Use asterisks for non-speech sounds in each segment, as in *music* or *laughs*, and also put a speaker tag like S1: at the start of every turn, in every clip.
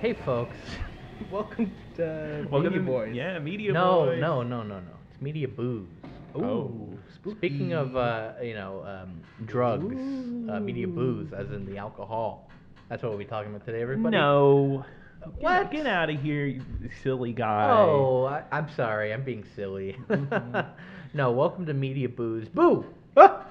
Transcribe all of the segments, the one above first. S1: Hey, folks. Welcome
S2: uh,
S1: to
S3: Welcome
S1: Media
S3: to-
S1: Boys.
S3: Yeah, media
S1: No,
S3: boys. Oh.
S1: no, no, no, no. It's Media Booze. Oh.
S3: Ooh,
S1: Speaking of, uh, you know, um, drugs, uh, Media
S3: Ooh.
S1: Booze, as in the alcohol. That's what we'll be talking about today, everybody.
S3: No.
S1: What?
S3: Get, get out of here, you silly guy.
S1: Oh, I, I'm sorry. I'm being silly.
S3: Mhm.
S1: *laughs* no, welcome to Media Booze. Boo! Ah!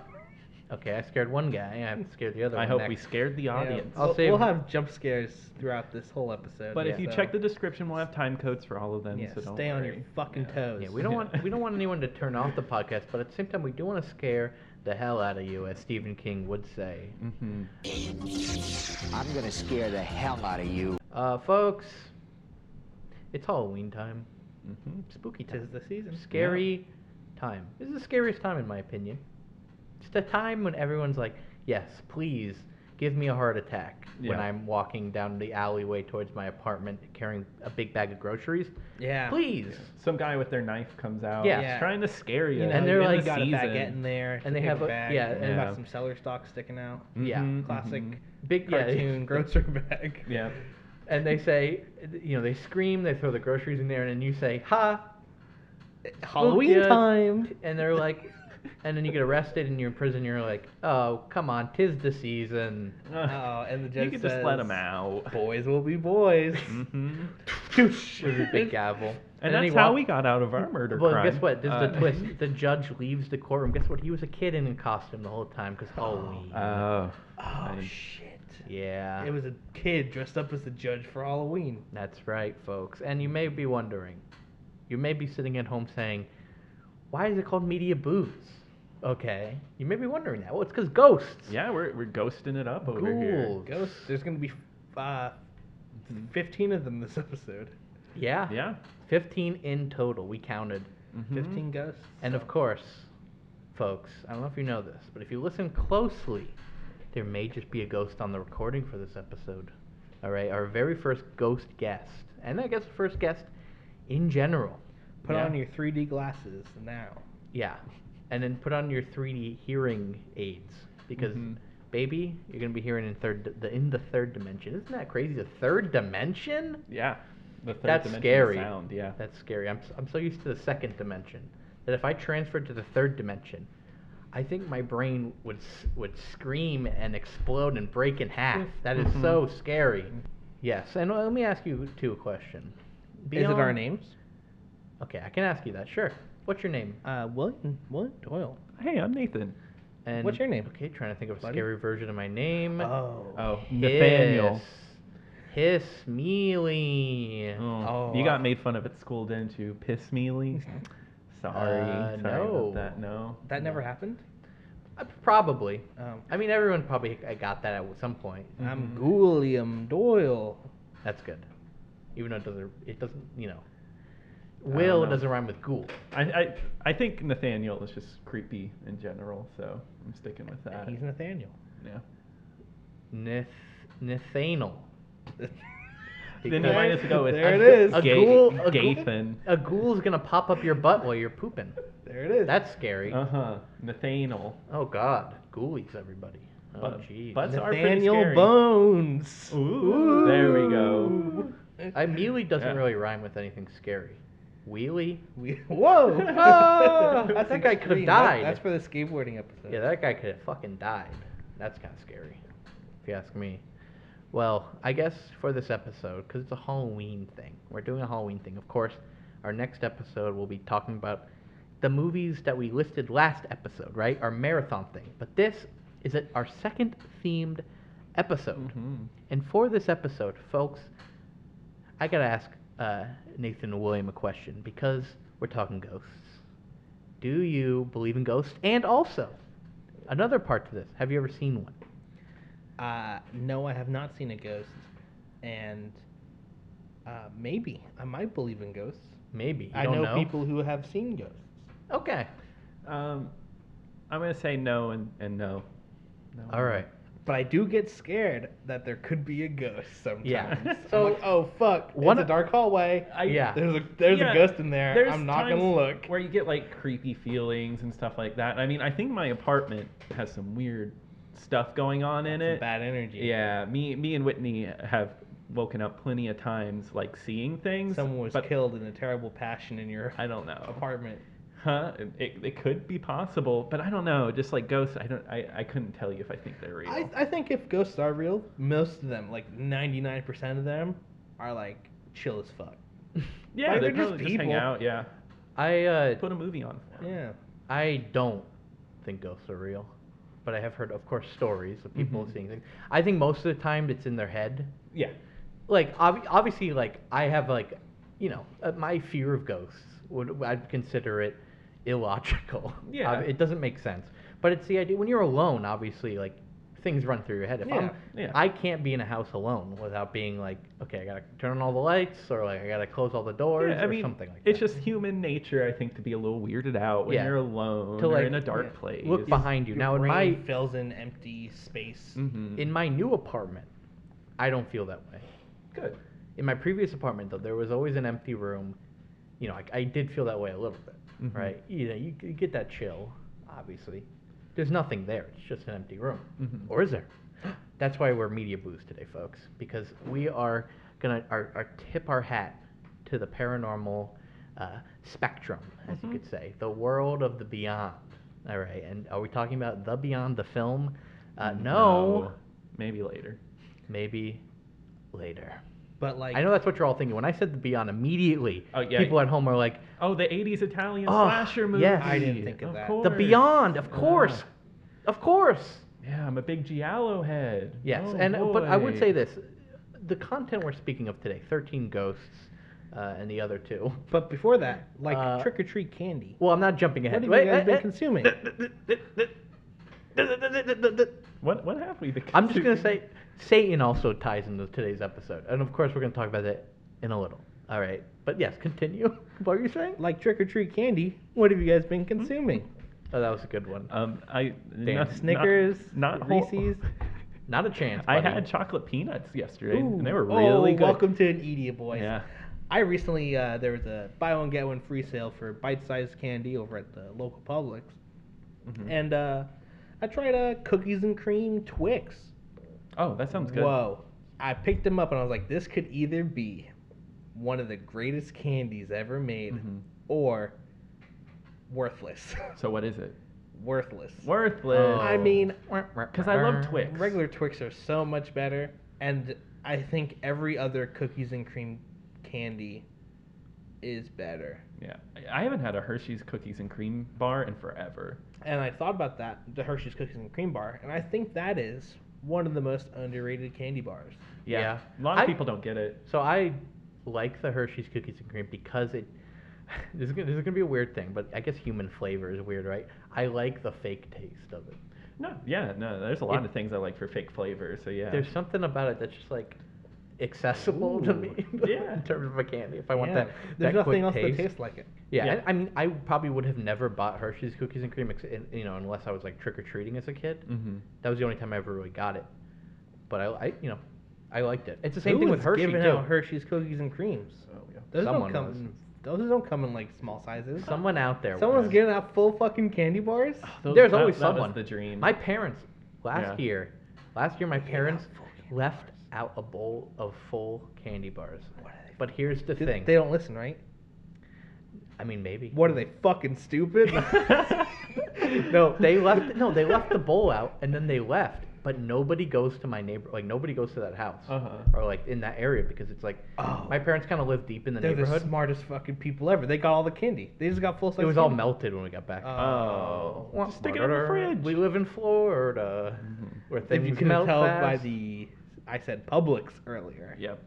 S1: Okay, I scared one guy. I scared the other
S3: I
S1: one.
S3: hope we
S1: next.
S3: scared the audience.
S1: I'll
S2: We'll,
S1: save-
S2: we'll have jump scares throughout this whole episode.
S3: But if you
S2: so-
S3: check the description, we'll have time codes for all of them.
S2: yeah,
S3: so don't
S2: stay on
S3: worry.
S2: your fucking toes.
S1: Yeah, we don't want we don't want anyone to turn off the podcast, but at the same time, we do want to scare the hell out of you, as Stephen King would say.
S3: Mhm.
S4: I'm gonna scare the hell out of you.
S1: Uh, folks, it's Halloween time,
S3: Mhm.
S1: spooky time,
S2: Tis the season.
S1: scary time. This is the scariest time, in my opinion. It's the time when everyone's like, "Yes, please." Give me a heart attack when
S3: Yeah.
S1: I'm walking down the alleyway towards my apartment carrying a big bag of groceries.
S2: Yeah.
S1: Please.
S3: Some guy with their knife comes out.
S1: Yeah.
S3: he's
S2: Yeah.
S3: trying to scare you.
S1: know, And they're
S3: in the
S1: like-
S2: got a
S3: season.
S2: baguette in there,
S1: And they have a-
S2: bag,
S1: yeah,
S2: and
S3: and-
S2: got some seller stock sticking out.
S1: Yeah,
S3: Mhm,
S2: Classic
S3: mhm.
S1: Big yeah, *laughs*
S2: cartoon grocery bag. *laughs*
S3: Yeah.
S1: and they say, you know, they scream, they throw the groceries in there, and then you say, "Ha!" spooked
S2: Halloween
S1: ya,"
S2: time.
S3: *laughs*
S1: and they're like, and then you get arrested, and you're in prison. You're like, "Oh, come on, tis the season."
S2: Oh, and the judge
S3: *laughs* You can just let
S2: says, *laughs*
S3: him out.
S2: Boys will be boys.
S3: hmm
S1: With a big gavel,
S3: And,
S1: then
S3: that's
S1: he
S3: how
S1: walk-
S3: we got out of our murder
S1: Well,
S3: crime.
S1: guess what? This is
S3: Uh,
S1: the
S3: *laughs*
S1: twist. The judge leaves the courtroom. Guess what? He was a kid in a costume the whole time because Halloween.
S2: Oh
S3: Oh. I-
S2: shit.
S1: yeah,
S2: It was a kid dressed up as the judge for Halloween.
S1: That's right, folks. And you may be wondering, you may be sitting at home saying, why is it called Media Booze? Okay. You may be wondering that. Well, it's because ghosts.
S3: Yeah, we're, we're ghosting it up over
S1: Ghouls.
S2: Ghosts. There's gonna be uh, fifteen of them this episode.
S1: Yeah.
S3: here. Yeah.
S1: 15 in total, we counted.
S3: Mhm.
S2: Fifteen ghosts.
S1: And of course, folks, I don't know if you know this, but if you listen closely, there may just be a ghost on the recording for this episode. All right, our very first ghost guest, and I guess the first guest in general.
S2: Put
S3: Yeah.
S2: on your 3D glasses now.
S1: Yeah. And then put on your 3D hearing aids because
S3: Mhm.
S1: baby, you're going to be hearing in third the in the third dimension. Isn't that crazy? The third dimension?
S3: Yeah. The third
S1: That's
S3: dimension
S1: scary.
S3: sound, yeah.
S1: That's scary. I'm s- I'm so used to the second dimension that if I transferred to the third dimension, I think my brain would s- would scream and explode and break in half.
S2: Mm-hmm.
S1: That is
S3: Mhm.
S1: so scary. Yes. And let me ask you two a question.
S2: Is it our
S1: Beyond-
S2: names?
S1: Okay, I can ask you that. Sure. What's your name?
S2: Uh, William, William Doyle.
S3: Hey, I'm Nathan.
S1: And
S2: What's your name?
S1: Okay, trying to think of a
S2: Buddy?
S1: scary version of my name.
S3: Oh,
S1: Hiss.
S3: Nathaniel.
S1: Hiss Mealy.
S3: Oh,
S2: Oh,
S3: you got
S2: uh,
S3: made fun of at school, didn't you?
S1: *laughs*
S3: Piss mealy. Sorry.
S1: Uh,
S3: Sorry
S1: no.
S3: About that. No.
S2: That never happened?
S1: Uh, Probably.
S2: Um,
S1: I mean, everyone probably uh, got that at some point.
S2: I'm
S3: Mhm.
S2: William Doyle.
S1: That's good. Even though it doesn't, it doesn't, you know.
S3: don't
S1: Will
S3: know.
S1: doesn't rhyme with ghoul.
S3: I, I I think Nathaniel is just creepy in general, so I'm sticking with that.
S2: He's Nathaniel. *laughs*
S3: Yeah.
S1: Nith, Nathaniel.
S3: Then you
S1: Because-
S3: might as well go with
S2: There
S3: a-
S2: it is.
S1: A
S3: Ga-
S1: ghoul, a, ghoul,
S3: Gathan.
S1: a ghoul's gonna pop up your butt while you're pooping.
S2: There it is.
S1: That's scary.
S3: Uh huh. Nathaniel.
S1: Oh God, ghoulies everybody. Oh
S3: But-
S1: jeez.
S3: but- That's our pretty
S2: Nathaniel
S3: scary.
S2: Bones.
S3: Ooh, There we go.
S1: I mealy doesn't
S3: Yeah.
S1: really rhyme with anything scary. Wheelie.
S2: *laughs* We, whoa!
S1: Ah, I
S2: That's
S1: think I could've
S2: extreme. That-
S1: died.
S2: That's for the skateboarding episode.
S1: Yeah, that guy could have fucking died. That's kind of scary, if you ask me. Well, I guess for this episode, because it's a Halloween thing, we're doing a Halloween thing. Of course, our next episode we'll be talking about the movies that we listed last episode, right? Our marathon thing. But this is it, our second themed episode.
S2: Mm-hmm.
S3: Mhm.
S1: And for this episode, folks, I gotta ask uh, Nathan and William a question because we're talking ghosts. Do you believe in ghosts? And also, another part to this: Have you ever seen one?
S2: Uh, no, I have not seen a ghost, and uh, maybe I might believe in ghosts.
S1: Maybe you
S2: I
S1: don't
S2: know,
S1: know,
S2: people who have seen ghosts.
S1: Okay,
S3: Um, I'm gonna say no and and no. no
S1: all right. *laughs*
S2: But I do get scared that there could be a ghost sometimes.
S1: Yeah.
S2: I'm
S1: So-
S2: like, oh fuck,
S1: One-
S2: it's a dark hallway.
S3: I-
S1: Yeah.
S2: There's a there's
S3: Yeah,
S2: a ghost in there.
S3: there's
S2: I'm not
S3: times
S2: gonna look.
S3: Where you get like creepy feelings and stuff like that. I mean, I think my apartment has some weird stuff going on in
S2: Some
S3: it.
S2: bad energy.
S3: Yeah, me, me and Whitney have woken up plenty of times like seeing things.
S2: Someone was
S3: but
S2: killed in a terrible passion in your
S3: I don't know.
S2: apartment.
S3: Huh? It, it, it could be possible, but I don't know. Just like ghosts, I don't. I, I couldn't tell you if I think they're real.
S2: I, I think if ghosts are real, most of them, like 99% of them, are like chill as fuck.
S3: yeah,
S2: like,
S3: they
S2: they're just
S3: probably just, hang
S2: people.
S3: out. Yeah,
S1: I uh,
S3: put a movie on for 'em.
S2: Yeah.
S1: I don't think ghosts are real, but I have heard, of course, stories of people
S2: Mm-hmm.
S1: seeing things. I think most of the time it's in their head.
S3: Yeah.
S1: Like ob- obviously, like I have like, you know, uh, my fear of ghosts would I'd consider it illogical. *laughs*
S3: Yeah.
S1: Ob- it doesn't make sense. But it's the idea when you're alone. Obviously, like things run through your head. If I'm,
S3: Yeah, yeah.
S1: I can't be in a house alone without being like, okay, I gotta turn on all the lights, or like I gotta close all the doors,
S3: Yeah, I
S1: or
S3: mean,
S1: something like that.
S3: it's just human nature, I think, to be a little weirded out when
S1: Yeah.
S3: you're alone
S1: To,
S3: or
S1: like,
S3: in a dark
S2: yeah,
S3: place.
S1: look behind you.
S2: Your
S1: Now in
S2: brain
S1: my
S2: fills in empty space.
S3: Mm-hmm.
S1: In my new apartment, I don't feel that way.
S3: Good.
S1: In my previous apartment, though, there was always an empty room. You know, I, I did feel that way a little bit,
S3: Mhm.
S1: right? You know, you, you get that chill, obviously. There's nothing there. It's just an empty room.
S3: Mhm.
S1: Or is there? That's why we're media booze today, folks, because we are gonna our, our tip our hat to the paranormal uh, spectrum, as you could say, the world of the beyond. All right, and are we talking about the beyond the film? Uh, no.
S3: Mm, Maybe later.
S1: Maybe later.
S2: But like,
S1: I know that's what you're all thinking. When I said the Beyond, immediately
S3: Oh, yeah.
S1: people at home are like,
S3: Oh, the 80s Italian
S1: Oh,
S3: slasher movie.
S1: yes. I didn't
S2: think of that.
S3: course.
S1: "The Beyond, of
S3: Yeah.
S1: course, of course."
S3: Yeah, I'm a big giallo head.
S1: Yes,
S3: Oh,
S1: and uh, but I would
S3: boy.
S1: say this: the content we're speaking of today, 13 Ghosts, uh, and the other two. *laughs*
S2: but before that, like
S1: Uh,
S2: trick or treat candy.
S1: Well, I'm not jumping
S2: What have
S1: ahead.
S2: you
S1: Wait,
S2: guys
S1: eh,
S2: been
S1: eh.
S2: consuming?
S3: What what have we become?
S1: *laughs* I'm just gonna say Satan also ties into today's episode, and of course we're gonna talk about that in a little. All right, but yes, continue. *laughs* What were you saying?
S2: Like trick or treat candy. What have you guys been
S3: Mm-hmm.
S2: consuming?
S1: Oh, that was a good one.
S3: *laughs* Um, I not-
S2: Snickers,
S3: not, not whole-
S2: Reese's.
S1: Not a chance.
S3: *laughs* I
S1: buddy.
S3: had chocolate peanuts yesterday, and they were
S2: Ooh.
S3: really
S2: oh,
S3: good.
S2: Welcome to an Edia boys.
S3: Yeah.
S2: I recently uh, there was a buy one get one free sale for bite-sized candy over at the local Publix,
S3: Mhm.
S2: and uh, I tried uh, cookies and cream Twix.
S3: Oh, that sounds good.
S2: Whoa! I picked them up and I was like, this could either be one of the greatest candies ever made,
S1: Mm-hmm.
S3: Mhm.
S2: or worthless.
S3: So what is it?
S2: *laughs* worthless.
S3: Worthless.
S2: I mean,
S3: because I love Twix.
S2: Regular Twix are so much better, and I think every other cookies and cream candy is better.
S3: Yeah, I- I haven't had a Hershey's cookies and cream bar in forever.
S2: And I thought about that, the Hershey's Cookies and Cream Bar, and I think that is one of the most underrated candy bars.
S1: Yeah.
S3: a lot of
S1: I-
S3: people don't get it.
S1: So I like the Hershey's cookies and cream because it. *laughs* This is, gonna, this is gonna be a weird thing, but I guess human flavor is weird, right? I like the fake taste of it.
S3: No, yeah, no. There's a lot
S1: It-
S3: of things I like for fake flavor. So yeah,
S1: There's something about it that's just like accessible to me *laughs*
S3: Ooh, yeah.
S1: in terms of a candy. If I want
S2: Yeah,
S1: that,
S2: There's
S1: that
S2: nothing
S1: quick
S2: else
S1: taste.
S2: that tastes like it.
S1: Yeah,
S3: Yeah.
S1: I, I mean, I probably would have never bought Hershey's cookies and cream, ex- in- you know, unless I was like trick or treating as a kid.
S2: Mm.
S3: Mhm.
S1: That was the only time I ever really got it. But I, I you know, I liked it. It's the same thing
S2: Who
S1: with
S2: is
S1: Hershey
S2: giving
S1: too.
S2: out Hershey's Cookies and Creams.
S3: Oh, yeah.
S2: Those
S1: Someone
S2: don't come.
S1: was.
S2: In, those don't come in like small sizes.
S1: Someone out there.
S2: Someone's
S1: was. Ah,
S2: giving out full fucking candy bars.
S3: Those-
S1: Oh, There's
S3: that-
S1: always
S3: that was
S1: someone.
S3: the dream.
S1: My parents last
S3: Yeah.
S1: year, last year my
S2: They gave out
S1: parents
S2: full candy
S1: left
S2: bars.
S1: out a bowl of full candy bars.
S2: What are they
S1: But here's the
S2: Do-
S1: thing.
S2: They don't listen, right?
S1: I mean, maybe.
S2: What are they
S1: *laughs*
S2: fucking stupid?
S1: no, they left. No, they left the bowl out, and then they left. But nobody goes to my neighbor. Like nobody goes to that house,
S3: Uh-huh.
S1: or like in that area because it's like
S2: Oh.
S1: my parents kind of live deep in the
S2: They're the
S1: neighborhood.
S2: smartest fucking people ever. They got all the candy. They just got full size.
S1: it was all melted when we got back.
S3: Oh,
S1: Wah,
S3: just stick it in the
S1: murder.
S3: fridge.
S1: We live in Florida,
S3: Mm-hmm.
S1: where
S2: If
S1: things
S2: you can
S1: melt
S2: tell by
S1: fast.
S2: the, I said Publix earlier.
S3: Yep.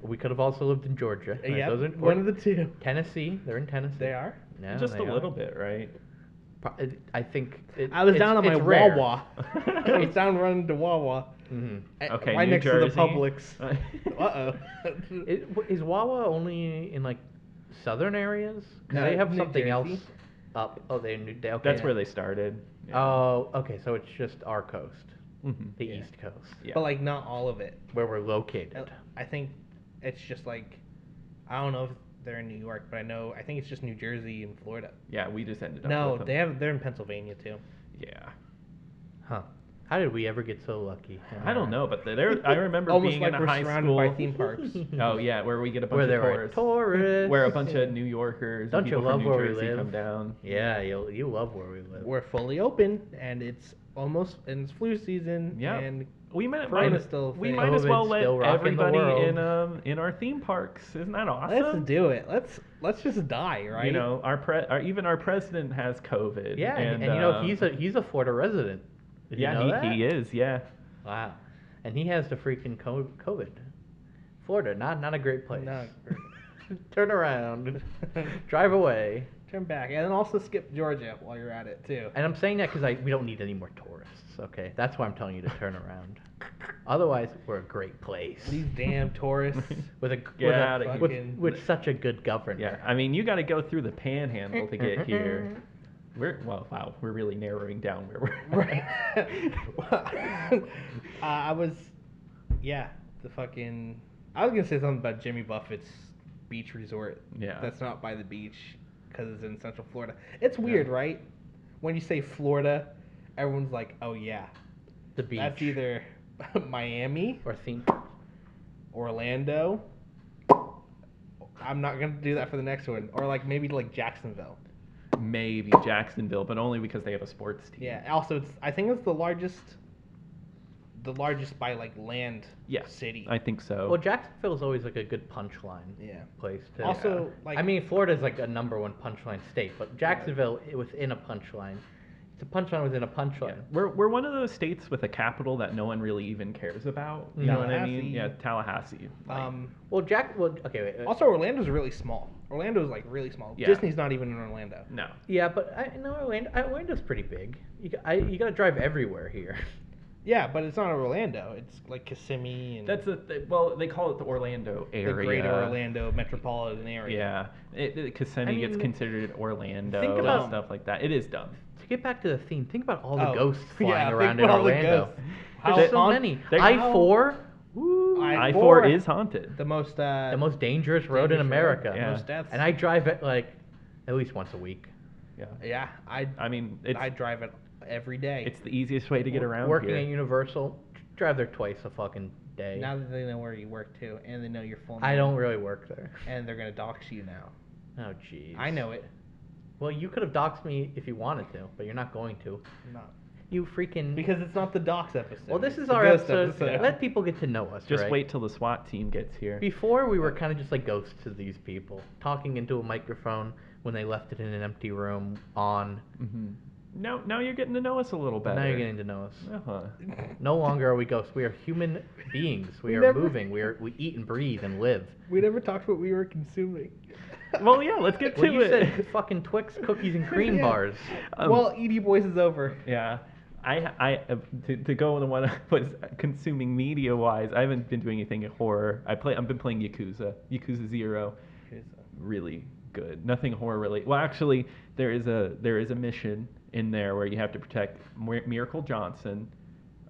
S1: We could have also lived in Georgia. right?
S2: Yeah,
S1: Those are
S2: one of the two.
S1: Tennessee. They're in Tennessee.
S2: They
S1: *laughs*
S2: are.
S1: Yeah,
S3: Just
S1: they
S3: a
S1: are.
S3: little bit, right?
S1: Pro- it- I think. It,
S2: I was
S1: it's-
S2: down on my
S1: it's rare.
S2: Wawa. *laughs* I was down running to Wawa.
S1: Mhm.
S2: eh,
S3: Okay,
S2: Right
S3: New
S2: next to
S3: Jersey.
S2: the
S3: *laughs*
S2: Publix. uh oh. *laughs*
S1: It, w- is Wawa only in like southern areas? 'Cause
S2: No,
S1: they have
S2: New
S1: something else
S2: Jersey.
S1: up. Oh, they, New- they okay.
S3: That's where they started.
S1: Oh, okay. So it's just our coast,
S3: Mhm.
S1: the
S2: Yeah.
S1: East Coast,
S3: Yeah.
S2: But like not all of it. Uh,
S1: where we're located.
S2: I think it's just like, I don't know if they're in New York, but I know I think it's just New Jersey and Florida.
S3: Yeah, we just ended up.
S2: No,
S3: with them.
S2: they have. They're in Pennsylvania too.
S3: Yeah.
S1: Huh. How did we ever get so lucky? Am
S3: I don't know, but there I
S2: *laughs*
S3: remember
S2: Almost
S3: being
S2: like
S3: in a
S2: we're
S3: high
S2: surrounded
S3: school.
S2: by theme parks.
S3: *laughs* Oh yeah, where we get a bunch
S1: Where
S3: of
S1: there were
S3: tourists, *laughs*
S1: tourists.
S3: where a bunch of New Yorkers, and
S1: Don't you
S3: people
S1: love
S3: from New
S1: where we
S3: Jersey
S1: live?
S3: come down.
S1: Yeah, you you love where we live.
S2: We're fully open, and it's almost and it's flu season.
S3: Yeah.
S2: And
S3: We might,
S2: Corona
S3: might-
S2: still
S3: we
S2: thing.
S3: might as well
S1: COVID's
S3: let
S1: still rocking the
S3: everybody
S1: world.
S3: in um in our theme parks. Isn't that awesome?
S2: let's do it. Let's let's just die, right?
S3: You know, our pre our, even our president has COVID.
S1: yeah, and,
S3: and,
S1: and you know
S3: um,
S1: he's a he's a Florida resident. Did
S3: yeah
S1: you know
S3: he,
S1: that?
S3: he is yeah.
S1: Wow, and he has the freaking co- COVID. Florida, not not a great place. *laughs*
S2: Not
S3: *laughs*
S1: Turn
S2: *laughs*
S1: around, *laughs* drive away.
S2: turn back, and then also skip Georgia while you're at it too.
S1: And I'm saying that because I we don't need any more tourists. Okay, that's why I'm telling you to turn around. Otherwise, we're a great place.
S2: These damn tourists.
S1: With a
S3: Get
S1: with, a-
S3: outta
S2: here.
S1: with, with such a good governor.
S3: Yeah, I mean, you got to go through the panhandle to
S2: *laughs*
S3: get here. We're well, wow, we're really narrowing down where we're.
S2: right.
S3: at.
S2: *laughs*
S3: *laughs*
S1: *laughs*
S2: uh, I was, yeah, the fucking. I was gonna say something about Jimmy Buffett's beach resort.
S3: Yeah.
S2: That's not by the beach because it's in Central Florida. It's weird, right? When you say Florida, everyone's like, "Oh yeah,
S1: The beach.
S2: that's either *laughs* Miami,
S1: or theme.
S2: Orlando." I'm not gonna do that for the next one, or like maybe like Jacksonville.
S3: Maybe Jacksonville, but only because they have a sports team.
S2: Yeah. Also, it's I think it's the largest, the largest by like land
S3: Yeah,
S2: city.
S3: I think so.
S1: Well, Jacksonville's always like a good punchline
S2: Yeah.
S1: place to.
S2: Also, like-
S1: I mean, Florida's like a number one punchline state, but Jacksonville i- within a punchline, it's a punchline within a punchline.
S3: We're, we're one of those states with a capital that no one really even cares about. You know what I mean?
S2: Tallahassee.
S3: Yeah, Tallahassee. Like,
S2: Um.
S1: Well, Jack. Well, okay. Wait, uh, wait.
S2: Also, Orlando's really small. Orlando's like really small.
S3: Yeah.
S2: Disney's not even in Orlando.
S3: no.
S1: yeah, but I no Orlando. I- Orlando's pretty big. You g- I, you gotta drive everywhere here. *laughs*
S2: Yeah, but it's not Orlando. It's like Kissimmee and
S3: That's the th- well, they call it the Orlando
S2: the
S3: area.
S2: greater Orlando metropolitan area.
S3: Yeah, it, it, Kissimmee
S1: I mean,
S3: gets considered Orlando
S1: think
S3: and
S1: about-
S3: stuff like that. It is dumb.
S1: to get back to the theme, think about all the
S2: Oh, *laughs*
S1: ghosts
S2: yeah,
S1: flying
S2: think
S1: around in
S2: about all the
S1: Orlando.
S2: ghosts.
S1: There's
S2: How
S1: so
S2: on-
S1: many.
S3: there-
S1: I four.
S3: I
S2: I
S3: four
S2: four.
S3: is haunted.
S2: The most. Uh,
S1: the most dangerous road in
S2: dangerous road,
S1: America.
S3: Yeah.
S2: Most deaths.
S1: And I drive it like at least once a week.
S3: Yeah,
S2: Yeah. I.
S3: I mean it's
S2: I drive it every day.
S3: it's the easiest way to get around
S1: Working
S3: here.
S1: at Universal, drive there twice a fucking day.
S2: now that they know where you work too, and they know your full name.
S1: I don't really work there.
S2: And they're gonna dox you now.
S1: Oh jeez.
S2: I know it.
S1: Well, you could have doxed me if you wanted to, but you're not going to.
S2: Not
S1: You freaking.
S2: because it's not the dox episode.
S1: well, this
S2: it's
S1: is
S2: the
S1: our
S2: ghost
S1: episode. Let people get to know us.
S3: Just
S1: right?
S3: wait till the SWAT team gets here.
S1: Before we were kind of just like ghosts to these people, talking into a microphone when they left it in an empty room. On
S3: hmm Now, now you're getting to know us a little better.
S1: Mm-hmm. now you're getting to know us.
S3: Uh-huh.
S1: No longer are we ghosts. We are human beings. We are
S2: Never-
S1: moving. We are we eat and breathe and live.
S2: We never talked what we were consuming.
S3: Well, yeah, let's get to
S1: Well, you
S3: it.
S1: said fucking Twix *laughs* cookies and cream
S2: Yeah.
S1: bars.
S3: Um,
S2: well, Edie Boys is over.
S3: *laughs* Yeah. I, I uh, to, to go on the one *laughs* I was consuming media wise, I haven't been doing anything in horror. I play I've been playing Yakuza, Yakuza Zero, really good. Nothing horror related. Well, actually, there is a there is a mission in there where you have to protect Mir- Miracle Johnson,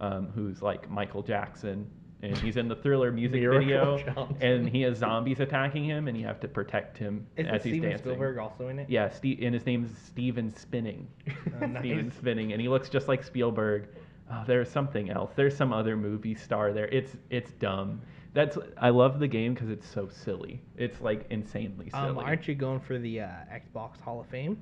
S3: um, who's like Michael Jackson, and he's in the Thriller
S1: *laughs*
S3: music
S1: Miracle
S3: video,
S1: Johnson.
S3: and he has zombies attacking him, and you have to protect him
S2: Is
S3: as he's
S2: Steven
S3: dancing.
S2: Spielberg also in it?
S3: Yeah, Ste and his name's Steven
S2: *laughs*
S3: Spinning. Uh,
S2: Oh, nice.
S3: Steven Spinning, and he looks just like Spielberg. Oh, there's something else. There's some other movie star there. It's it's dumb. That's I love the game because it's so silly. It's like insanely silly.
S2: Um, aren't you going for the uh, Xbox Hall of Fame?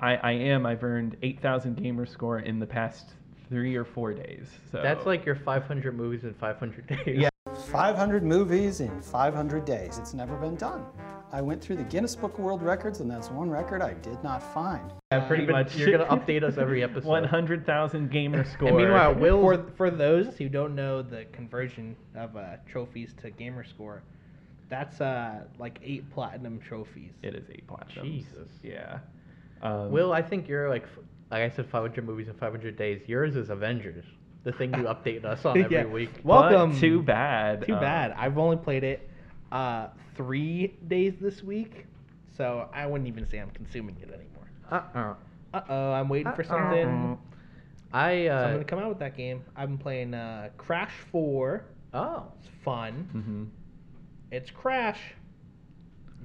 S3: I, I am. I've earned 8,000 gamer score in the past three or four days. So
S1: That's
S3: *laughs*
S1: like your 500 movies in 500 days.
S3: Oh. Yeah.
S5: 500 movies in 500 days. It's never been done. I went through the Guinness Book of World Records, and that's one record I did not find.
S1: Yeah, pretty much. You're gonna update us every episode.
S2: *laughs*
S3: 100,000 gamer score.
S1: And meanwhile, Will's-
S2: For, for those who don't know the conversion of uh, trophies to gamer score, that's uh, like eight platinum trophies.
S3: *laughs* it is eight platinums.
S1: Jesus.
S3: Yeah. Um,
S1: Will, I think you're like, f- like I said, 500 movies in 500 days. Yours is Avengers, the thing you update us on every
S2: Yeah.
S1: week.
S3: but
S2: Welcome.
S3: Too bad.
S2: Too
S3: um,
S2: bad. I've only played it uh, three days this week, so I wouldn't even say I'm consuming it anymore.
S1: Uh-uh.
S2: Uh oh, I'm waiting for something.
S1: I uh.
S2: Someone to come out with that game. I've been playing uh, Crash 4.
S1: Oh.
S2: It's fun.
S3: Mhm.
S2: It's Crash.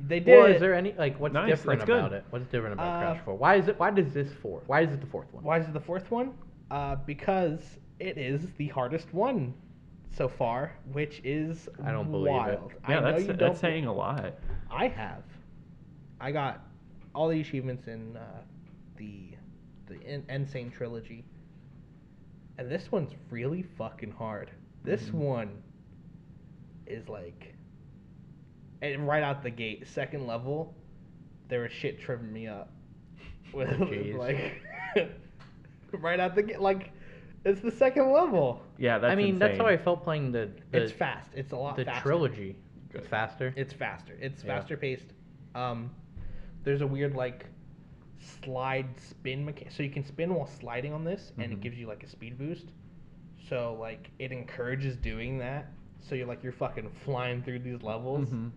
S2: They did.
S1: Well, is there any like what's
S3: Nice,
S1: different
S3: that's good.
S1: about it? What's different about
S2: Uh,
S1: Crash Four? Why is it? Why does this four? Why is it the fourth one?
S2: Why is it the fourth one? Uh, because It is the hardest one so far, which is
S1: I don't believe it.
S2: wild. I
S3: Yeah,
S2: know
S3: that's
S2: you don't
S3: that's saying a lot.
S2: I have. I got all the achievements in uh, the the in- Insane trilogy, and this one's really fucking hard. This
S1: Mm-hmm.
S2: one is like, and right out the gate, second level, there was shit tripping me up. *laughs* With
S1: Jeez.
S2: like, *laughs* right out the gate, like, it's the second level.
S3: Yeah, that's
S1: I mean, that's how I
S3: insane.
S1: felt playing the, the
S2: it's fast. It's a lot.
S1: the
S2: faster.
S1: trilogy. It's faster.
S2: It's faster. It's
S1: Yeah.
S2: faster paced. Um, there's a weird like slide spin mechanic, so you can spin while sliding on this, and it gives you like a speed boost. So like it encourages doing that. So you're like you're fucking flying through these levels.
S3: Mhm.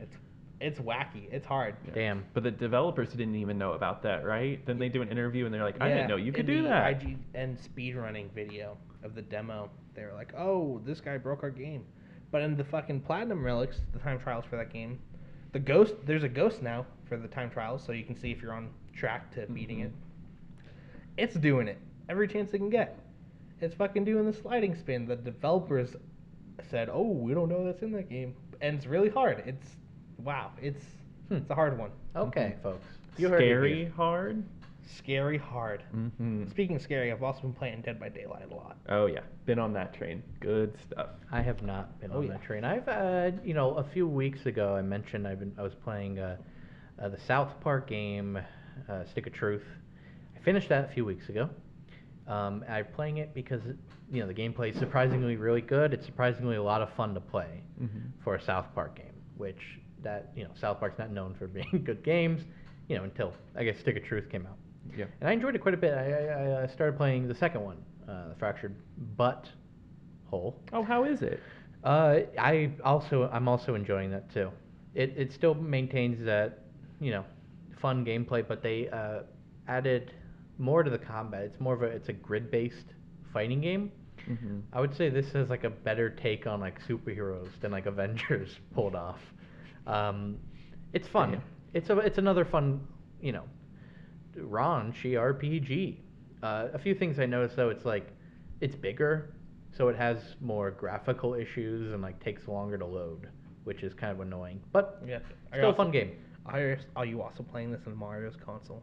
S2: It's it's wacky. It's hard.
S1: Damn.
S3: But the developers didn't even know about that, right? Then they do an interview and they're like, "I
S2: Yeah,
S3: didn't know you could
S2: in
S3: do
S2: the
S3: that."
S2: IGN speedrunning video of the demo, they were like, "Oh, this guy broke our game," but in the fucking platinum relics, the time trials for that game, the ghost there's a ghost now for the time trials, so you can see if you're on track to beating it.
S3: Mm-hmm.
S2: It's doing it every chance it can get. It's fucking doing the sliding spin. The developers said, "Oh, we don't know that's in that game," and it's really hard. It's wow, it's
S1: Hmm.
S2: it's a hard one,
S1: Okay, folks. it here.
S3: Scary, hard.
S2: scary hard.
S3: hmm
S1: Mm.
S2: Speaking of scary, I've also been playing Dead by Daylight a lot.
S3: Oh yeah, been on that train. Good stuff.
S1: I have not been
S2: Oh,
S1: on
S2: yeah.
S1: that train. I've, uh, you know, a few weeks ago I mentioned I've been I was playing uh, uh, the South Park game, uh, Stick of Truth. I finished that a few weeks ago. Um, I'm playing it because you know the gameplay is surprisingly really good. It's surprisingly a lot of fun to play
S2: Mm-hmm.
S3: Mm-hmm.
S1: for a South Park game, which that you know South Park's not known for *laughs* being good games, you know, until I guess Stick of Truth came out.
S3: Yeah.
S1: And I enjoyed it quite a bit. I, I, I uh, started playing the second one, uh, the fractured butt hole.
S3: Oh, how is it?
S1: Uh, I also I'm also enjoying that too. It it still maintains that you know fun gameplay, but they uh, added more to the combat. It's more of a it's a grid based fighting game.
S3: Mhm.
S1: I would say this is like a better take on like superheroes than like Avengers *laughs* pulled off. Um, it's fun.
S3: Yeah.
S1: It's a it's another fun you know raunchy RPG. Uh, a few things I noticed though, it's like it's bigger, so it has more graphical issues and like takes longer to load, which is kind of annoying. But
S2: Yeah. Are you
S1: still a
S2: also-
S1: fun game.
S2: Are you, are you also playing this on Mario's console?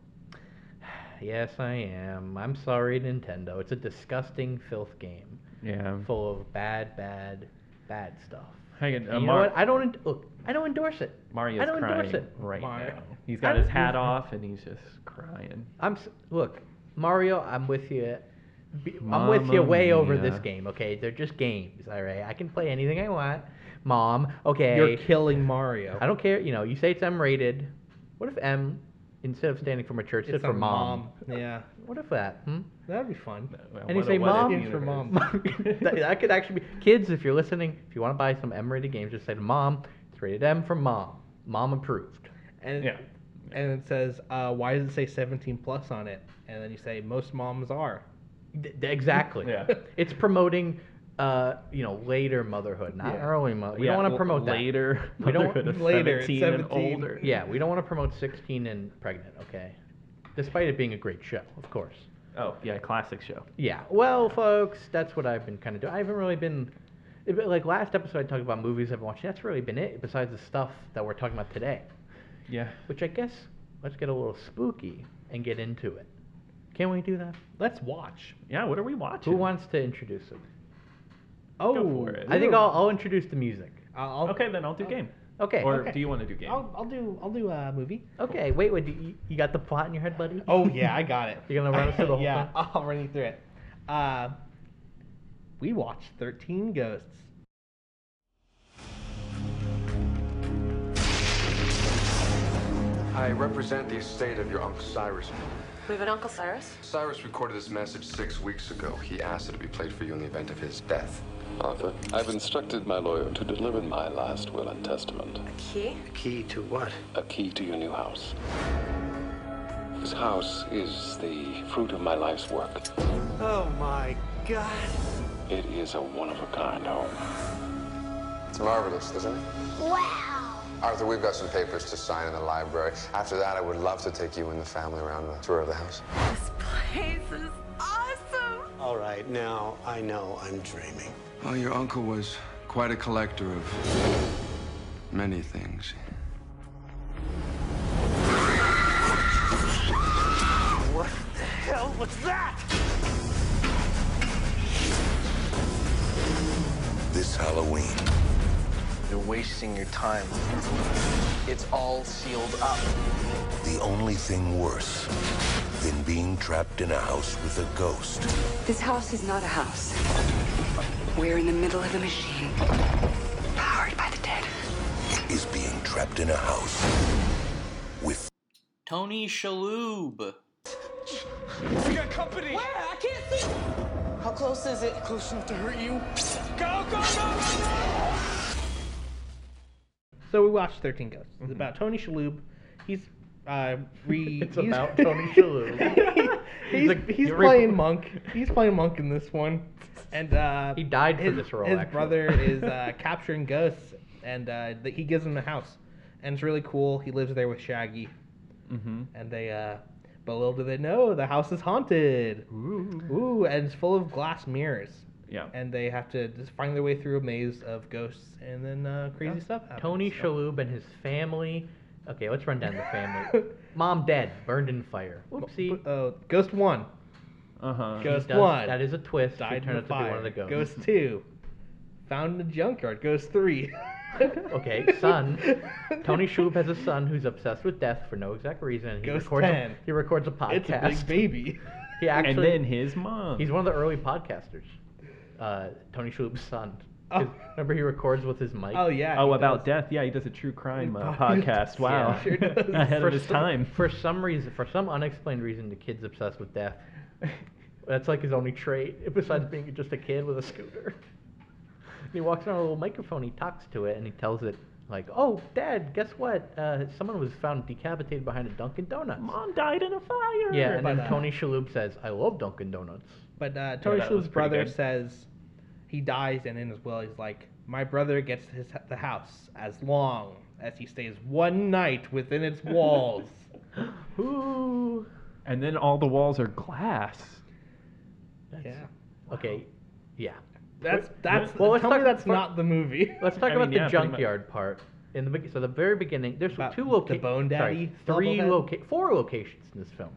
S1: Yes, I am. I'm sorry, Nintendo. It's a disgusting filth game,
S3: Yeah.
S2: Mm-hmm.
S1: full of bad, bad, bad stuff.
S3: Hang on,
S1: And
S3: uh,
S1: you know
S3: Mar-
S1: what? I don't en- look. I don't endorse it.
S3: Mario's
S1: I don't
S3: crying
S1: endorse it.
S3: right
S2: Mario.
S3: now. He's
S1: I
S3: got
S1: don't-
S3: his hat off and he's just crying.
S1: I'm s- look, Mario. I'm with you. B- I'm with you
S3: Mamma
S1: way over this
S3: mia.
S1: game. Okay, they're just games. All right, I can play anything I want, Mom. Okay,
S2: You're killing Mario.
S1: I don't care. You know, you say it's M rated. What if M, instead of standing for mature, it stood
S2: It's
S1: for
S2: a
S1: mom.
S2: Yeah.
S1: What if that? Hmm?
S2: That'd be fun.
S1: And you say, "Mom,
S2: it's for mom."
S1: *laughs* that, that could actually be. Kids, if you're listening, if you want to buy some M rated games, just say to mom, it's rated M for mom. Mom approved.
S2: And
S3: Yeah.
S2: and it says, uh, why does it say 17 plus on it? And then you say, most moms are.
S1: D- d- exactly.
S3: Yeah.
S1: *laughs* It's promoting, uh, you know, later motherhood, not
S3: Yeah.
S1: early motherhood. We Oh, don't want to promote that.
S3: later.
S1: We don't-
S3: *laughs* motherhood of
S2: later, it's
S3: 17, and
S2: 17.
S3: older.
S1: Yeah, we don't want to promote 16 and pregnant. Okay, despite it being a great show, of course.
S3: Oh yeah, classic show.
S1: Yeah. Well, folks, that's what I've been kind of doing. I haven't really been. it- but, Like last episode, I talked about movies I've been watching. That's really been it, besides the stuff that we're talking about today.
S3: Yeah.
S1: Which I guess, let's get a little spooky and get into it. Can we do that?
S2: Let's watch.
S3: Yeah. What are we watching?
S1: Who wants to introduce it?
S2: Oh,
S3: for it.
S1: I think
S2: ooh.
S1: I'll, I'll introduce the music.
S2: I'll, I'll
S3: Okay, then I'll do game.
S1: Okay.
S3: Or
S2: okay.
S3: do you want to do game?
S2: I'll, I'll do I'll do a movie.
S1: okay. Wait, wait. You, you got the plot in your head, buddy?
S2: Oh yeah, I got *laughs* it.
S1: You're gonna run us through the whole
S2: yeah,
S1: thing?
S2: *laughs* I'll run you through it. Uh, we watched Thirteen Ghosts.
S6: I represent the estate of your Uncle Cyrus.
S7: We have an Uncle Cyrus?
S6: Cyrus recorded this message six weeks ago. He asked it to be played for you in the event of his death.
S8: Arthur, I've instructed my lawyer to deliver my last will and testament,
S7: A key?
S9: Key to what?
S8: a key to your new house. This house is the fruit of my life's work.
S9: Oh my god.
S8: It is a one of a kind home.
S6: It's marvelous, isn't it?
S10: Wow!
S6: Arthur, we've got some papers to sign in the library. After that, I would love to take you and the family around a tour of the house.
S7: This place is awesome!
S9: All right, now I know I'm dreaming.
S6: Oh, your uncle was quite a collector of many things.
S9: What the hell was that?
S7: this Halloween. You're wasting your time. It's all sealed up. The only thing worse than being trapped in a house with a ghost
S10: This house is not a house. We're in the middle of a machine, powered by the dead.
S7: is being trapped in a house with
S11: Tony Shalhoub.
S9: We got company. Where? I can't see.
S11: How close is it? Close enough to hurt you.
S9: Go, go, go, go, go!
S2: So we watched Thirteen Ghosts.
S1: Mm-hmm.
S2: It's about Tony Shalhoub. He's uh,
S1: *laughs*
S2: re-
S1: It's
S2: he's- *laughs*
S1: about Tony Shalhoub.
S2: he's
S1: a-
S2: he's
S1: you're-
S2: playing monk. He's playing monk in this one, and uh,
S1: He died for
S2: his,
S1: this role,
S2: His
S1: actually. *laughs*
S2: brother is uh, capturing ghosts, and uh, th- he gives him a house, and it's really cool. He lives there with Shaggy,
S3: Mm-hmm.
S2: and they. Uh, but little do they know, the house is haunted.
S3: Ooh.
S2: Ooh, and it's full of glass mirrors.
S3: Yeah.
S2: And they have to just find their way through a maze of ghosts, and then uh, crazy stuff happens.
S1: Tony
S2: so.
S1: Shalhoub and his family. Okay, let's run down the family.
S2: *laughs*
S1: Mom dead, burned in fire. Whoopsie.
S2: Oh, Ghost One
S3: Uh huh.
S2: Ghost
S1: He does-
S2: One.
S1: That is a twist.
S2: died
S1: Died turned
S2: in
S1: out
S2: a fire.
S1: to be one of the ghosts.
S2: Ghost Two found in a junkyard. Ghost Three.
S1: *laughs* Okay,
S2: *laughs*
S1: son. Tony Shalhoub has a son who's obsessed with death for no exact reason. and He
S2: Ghost
S1: records
S2: 10.
S1: A, he records a podcast.
S2: It's a big baby.
S1: *laughs* He actually
S3: and then his mom.
S1: He's one of the early podcasters. Uh, Tony Shalhoub's son. 'Cause
S2: Oh.
S1: Remember he records with his mic.
S2: Oh yeah.
S3: oh,
S2: he
S3: about
S2: does.
S3: death. Yeah, he does a true crime uh,
S2: Oh, he
S1: *laughs*
S3: podcast.
S2: does.
S3: Wow.
S2: Yeah, sure does.
S3: *laughs* Ahead
S1: for
S3: of his
S1: some,
S3: time.
S1: For some reason, for some unexplained reason, the kid's obsessed with death. *laughs* That's like his only trait, besides being just a kid with a scooter. *laughs* And he walks around with a little microphone, he talks to it, and he tells it, like, oh, Dad, guess what? Uh, someone was found decapitated behind a Dunkin' Donuts.
S3: Mom died in a fire.
S1: yeah, and then
S2: But, uh,
S1: Tony Shalhoub says, I love Dunkin' Donuts.
S2: But uh, Tony
S3: that was
S2: Shalhoub's
S3: pretty
S2: brother
S3: good.
S2: says he dies, and in his will, he's like, "My brother gets his the house as long as he stays one night
S1: *laughs*
S2: within its walls."
S1: Ooh.
S3: And then all the walls are glass.
S2: yeah,
S1: Okay, yeah.
S2: that's that's.
S1: Well, let's
S2: tell me
S1: talk-
S2: that's
S1: let-
S2: not the *laughs* movie.
S1: Let's talk
S3: I
S1: about the
S3: mean, yeah, pretty much.
S1: junkyard part. In the be- so the very beginning, there's
S2: About
S1: two
S2: the
S1: locations.
S2: Bone Daddy
S1: three
S2: bobblehead?
S1: loca- four locations in this film.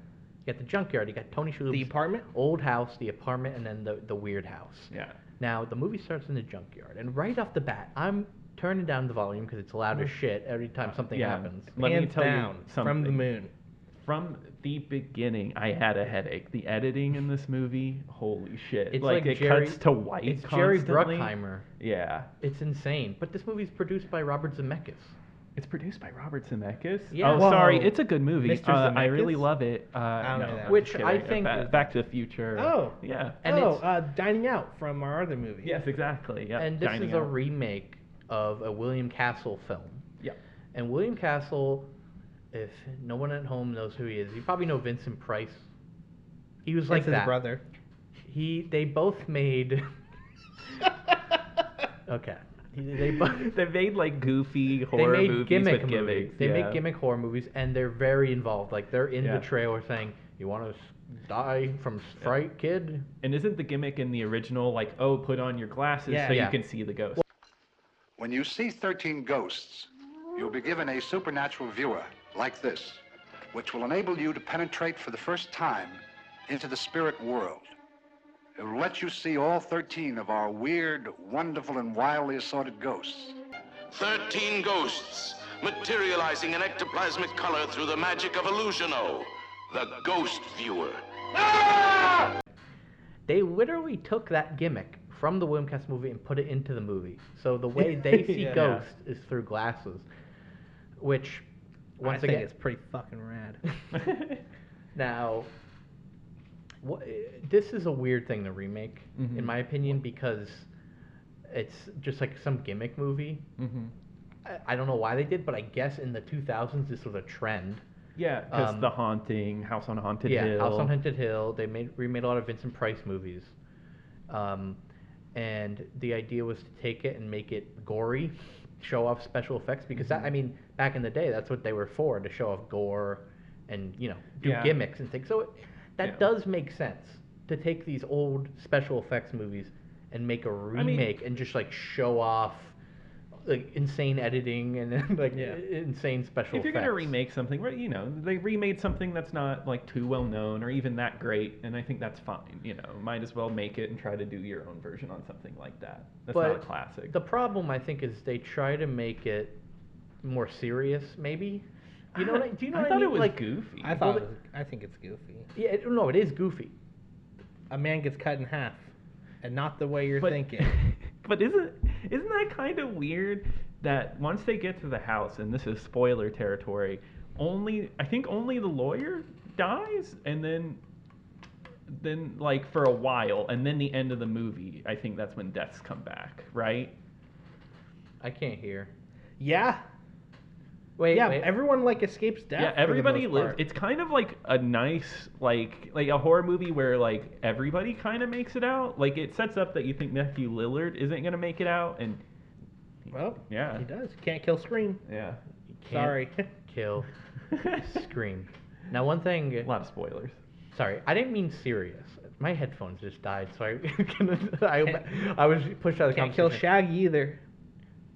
S1: You got the junkyard. You got Tony Shalhoub's
S2: The apartment?
S1: old house, the apartment, and then the the weird house.
S3: Yeah.
S1: Now the movie starts in the junkyard, and right off the bat, I'm turning down the volume because it's loud as shit every time something
S3: yeah.
S1: happens.
S3: Let me
S2: Hands
S3: tell you
S2: down from the
S3: something.
S2: moon.
S3: From the beginning, I had a headache. The editing in this movie, holy shit!
S1: It's like,
S3: it
S1: Jerry,
S3: cuts to white
S1: It's
S3: constantly.
S1: Jerry Bruckheimer.
S3: Yeah,
S1: It's insane. But this movie's produced by Robert Zemeckis.
S3: it's produced by Robert Zemeckis.
S1: Yeah.
S3: Oh,
S1: Whoa.
S3: sorry, it's a good movie.
S2: Mr.
S3: Uh, I
S2: Zemeckis?
S3: really love it. Uh, I
S2: don't know that.
S1: Which I think
S3: Back,
S1: is-
S3: Back to the Future.
S2: Oh.
S3: yeah.
S1: And
S2: oh,
S1: it's-
S2: uh, dining out from our other movie.
S3: yes, exactly. Yeah.
S1: and this
S3: Dining
S1: is a
S3: Out.
S1: remake of a William Castle film.
S3: yeah.
S1: And William Castle, if no one at home knows who he is, you probably know Vincent Price. He was
S2: It's
S1: like
S2: his
S1: that.
S2: brother.
S1: He they both
S3: *laughs*
S1: made okay. He- They
S3: *laughs*
S1: both
S3: They made like goofy
S1: they
S3: horror
S1: made
S3: movies
S1: gimmick
S3: with
S1: movies.
S3: gimmicks.
S1: They
S3: yeah.
S1: make gimmick horror movies, and they're very involved. Like they're in
S3: Yeah.
S1: the trailer saying, "You want to die from fright, kid?"
S3: And isn't the gimmick in the original like, oh, put on your glasses
S2: Yeah.
S3: so
S1: Yeah.
S3: you can see the ghost?
S7: When you see 13 ghosts, you'll be given a supernatural viewer like this, which will enable you to penetrate for the first time into the spirit world. It will let you see all 13 of our weird, wonderful, and wildly assorted ghosts.
S9: 13 ghosts materializing in ectoplasmic color through the magic of Illusiono, the Ghost Viewer.
S1: They literally took that gimmick from the William Castle movie and put it into the movie. So the
S2: *laughs*
S1: way they see
S2: Yeah.
S1: ghosts is through glasses, which once
S2: I think
S1: again
S2: it's pretty fucking *laughs* rad.
S1: Now, wha- this is a weird thing to remake,
S2: Mm-hmm.
S1: in my opinion, because it's just like some gimmick movie.
S3: Mm-hmm.
S1: I, I don't know why they did, but I guess in the 2000s this was a trend.
S3: Yeah, because
S1: Um,
S3: the haunting, House on Haunted
S1: yeah,
S3: Hill.
S1: House on Haunted Hill. They made remade a lot of Vincent Price movies, um, and the idea was to take it and make it gory, show off special effects because
S3: Mm-hmm.
S1: that I mean back in the day that's what they were for to show off gore, and you know do
S3: Yeah.
S1: gimmicks and things. So it, that
S3: Yeah.
S1: does make sense to take these old special effects movies and make a remake and just like show off like insane editing and *laughs* then like insane special
S3: if you're
S1: effects.
S3: gonna remake something, right, you know, they remade something that's not like too well known or even that great, and I think that's fine. You know, might as well make it and try to do your own version on something like that. That's not a
S1: But
S3: classic.
S1: The problem I think is they try to make it more serious, maybe. You know what I, do
S2: *laughs*
S1: you know
S3: I
S1: what
S3: thought
S1: I mean?
S3: it was
S1: like,
S3: goofy.
S2: I thought
S1: Well,
S2: it was, I think it's goofy.
S1: Yeah, it, no, it is goofy.
S2: A man gets cut in half, and not the way you're thinking.
S3: *laughs* But isn't isn't that kind of weird that once they get to the house, and this is spoiler territory, only I think only the lawyer dies, and then then like for a while, and then the end of the movie, I think that's when deaths come back, right?
S1: I can't hear.
S2: Yeah.
S1: Wait,
S2: yeah.
S1: wait.
S2: Everyone like escapes death.
S3: Yeah,
S2: for the
S3: everybody
S2: most
S3: lives.
S2: part.
S3: It's kind of like a nice, like, like a horror movie where like everybody kind of makes it out. Like it sets up that you think Matthew Lillard isn't gonna make it out, and *laughs*
S2: Well,
S3: yeah,
S2: he does. Can't kill Scream.
S3: yeah, *laughs*
S1: Can't
S2: Sorry. *laughs*
S1: Kill. Scream. Now, one thing.
S3: a lot of spoilers.
S1: Sorry, I didn't mean serious. My headphones just died, so I *laughs* I, I was pushed out of the
S2: Can't kill
S1: conversation.
S2: Shaggy either.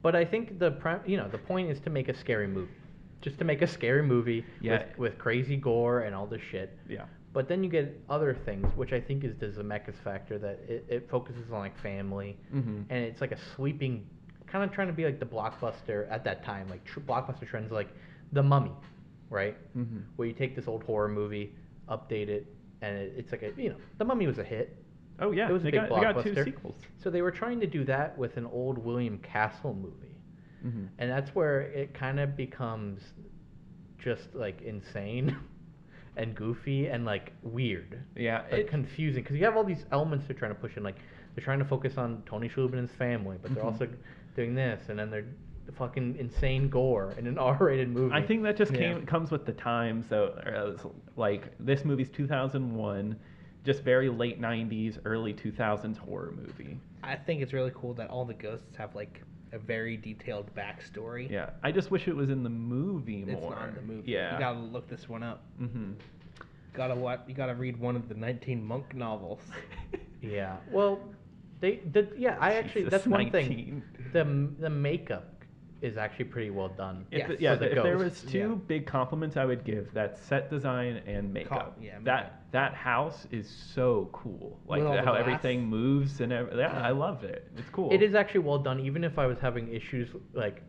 S1: But I think the pre- you know the point is to make a scary movie, just to make a scary movie
S3: Yeah.
S1: with, with crazy gore and all this shit.
S3: Yeah.
S1: But then you get other things, which I think is the Zemeckis factor that it, it focuses on like family,
S3: Mhm.
S1: and it's like a sweeping, kind of trying to be like the blockbuster at that time, like tr- blockbuster trends like The Mummy, right?
S3: Mm-hmm.
S1: Where you take this old horror movie, update it, and it, it's like a you know The Mummy was a hit,
S3: Oh yeah,
S1: it was
S3: they
S1: a big
S3: got, they got
S1: blockbuster.
S3: two sequels.
S1: so they were trying to do that with an old William Castle movie.
S3: Mm-hmm.
S1: And that's where it kind of becomes just like insane *laughs* and goofy and like weird.
S3: Yeah,
S1: Like
S3: it-
S1: confusing because you have all these elements they're trying to push in. Like they're trying to focus on Tony Shalhoub and his family, but they're
S2: Mm-hmm.
S3: Mhm.
S1: also doing this, and then they're fucking insane gore in an *laughs* R-rated movie.
S3: I think that just
S2: Yeah.
S3: came comes with the time. So uh, it was like this movie's 2001, just very late 90s, early 2000s horror movie.
S2: I think it's really cool that all the ghosts have like a very detailed backstory.
S3: Yeah, I just wish it was in the movie more.
S2: It's not in the movie.
S3: Yeah.
S2: You gotta look this one up.
S3: mm-hmm.
S2: Gotta what? You gotta read one of the 19 monk novels.
S1: *laughs* Yeah. Well, they the yeah. I actually
S3: Jesus,
S1: that's one
S3: 19.
S1: thing. The m- the makeup is actually pretty well done.
S3: If,
S2: Yes.
S3: yeah,
S1: For the
S3: if there was
S1: ghosts,
S3: two big compliments I would give, that's set design and makeup.
S2: yeah,
S3: that that house is so cool. Like
S2: all the
S3: how
S2: glass.
S3: everything moves and ev- yeah, I love it. It's cool.
S1: It is actually well done, even if I was having issues like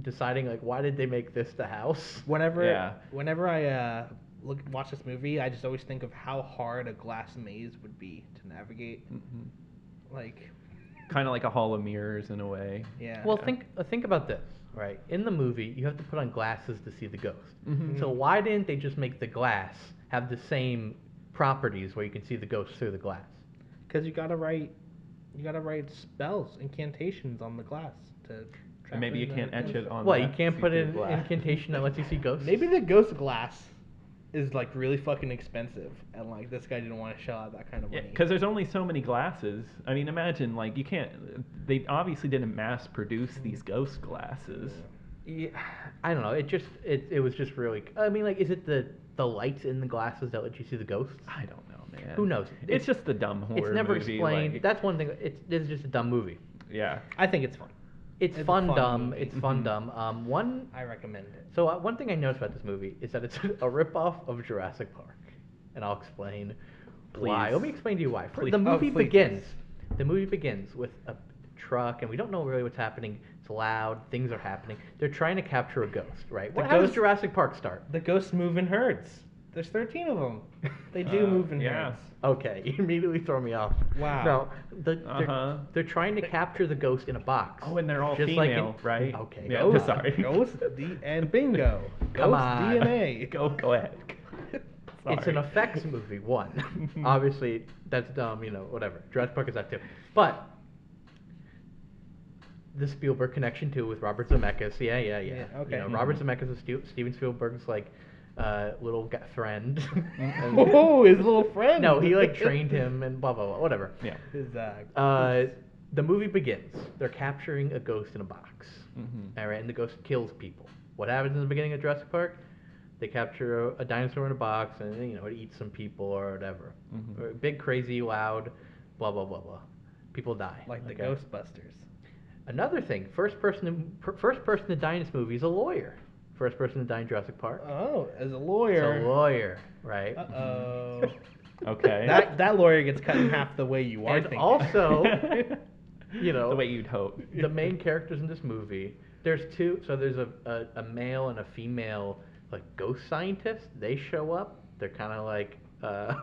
S1: deciding like why did they make this the house?
S2: Whenever,
S3: Yeah.
S2: whenever I uh, look watch this movie, I just always think of how hard a glass maze would be to navigate. Like,
S3: kind of like a hall of mirrors in a way.
S2: yeah.
S1: Well, think uh, think about this, right? In the movie, you have to put on glasses to see the ghost.
S3: Mm-hmm.
S1: So why didn't they just make the glass have the same properties where you can see the ghost through the glass?
S2: because you gotta write, you gotta write spells, incantations on the glass to. trap
S3: And maybe you
S2: in the
S3: can't etch
S2: ghost.
S3: it on.
S1: Well, you
S3: that
S1: can't put
S3: see-through
S1: in
S3: glass.
S1: incantation that lets you see ghosts.
S2: Maybe the ghost glass is like really fucking expensive, and like this guy didn't want to shell out that kind of money.
S3: Because there's only so many glasses. I mean, imagine like you can't. They obviously didn't mass produce these ghost glasses.
S1: *sighs* Yeah, I don't know. It just it it was just really. I mean, like, is it the the lights in the glasses that let you see the ghosts?
S3: I don't know, man.
S1: Who knows?
S3: It's, just the dumb horror.
S1: it's never
S3: movie,
S1: explained.
S3: like-
S1: That's one thing. It's this is just a dumb movie.
S3: yeah.
S2: I think it's fun.
S1: It's,
S2: It's a
S1: fun,
S2: fun
S1: dumb.
S2: movie.
S1: It's
S3: Mm-hmm.
S1: fun dumb. Um, one.
S2: I recommend it.
S1: So uh, one thing I noticed about this movie is that it's *laughs* a ripoff of Jurassic Park, and I'll explain why.
S3: Please.
S1: Let me explain to you why. For-
S3: Please.
S1: The
S3: Oh,
S1: movie
S3: please.
S1: begins. The movie begins with a truck, and we don't know really what's happening. It's loud. Things are happening. They're trying to capture a ghost, right?
S2: The
S1: What, how does
S2: ghost-
S1: Jurassic Park start?
S2: The ghosts move in herds. There's 13 of *laughs* them. They do
S3: Uh,
S2: move in
S3: yeah. *laughs*
S2: herds.
S1: Okay, *laughs* you immediately throw me off.
S2: Wow.
S1: No, the, they're,
S3: Uh-huh.
S1: they're trying to capture the ghost in a box.
S3: Oh, and they're all
S1: Just like in-
S3: female, right?
S1: Okay.
S3: Yeah.
S1: go on.
S2: *laughs*
S3: sorry.
S2: Ghost D and bingo.
S3: *laughs*
S2: Ghost
S1: Come on.
S2: DNA.
S3: Go go ahead.
S1: It's an
S3: *laughs* Sorry.
S1: effects movie, one. Obviously, that's dumb, you know, whatever. Jurassic Park is that too. But the Spielberg connection too with Robert Zemeckis. Yeah, yeah, yeah.
S2: Yeah,
S1: You
S2: okay.
S1: know, Robert Zemeckis is Stu- Steven Spielberg's like uh, little g- friend. And-
S2: *laughs* Oh, his little
S1: *laughs*
S2: friend.
S1: no, he like trained him and blah blah blah, whatever.
S3: Yeah.
S2: His, uh,
S1: Uh, the movie begins. They're capturing
S3: Mm-hmm.
S1: a ghost in a box. All right, and the ghost kills people. What happens in the beginning of Jurassic Park? They capture a, a dinosaur in a box, and you know it eats some people or whatever.
S2: Mm-hmm.
S3: Mhm.
S1: Or Big, crazy, loud, blah blah blah blah. People die.
S2: Like the
S1: Okay.
S2: Ghostbusters.
S1: Another thing, first person to, per, first person to die in this movie is a lawyer. First person to die in Jurassic Park.
S2: Oh, as a
S1: It's
S2: lawyer.
S1: a lawyer, right?
S2: Uh oh.
S3: *laughs* Okay. *laughs*
S2: that that lawyer gets cut in half the way you are
S1: and *laughs*
S2: thinking.
S1: also, you know,
S3: the way you'd hope.
S1: the main characters in this movie there's two so there's a, a, a male and a female like ghost scientist they show up they're kind of like uh,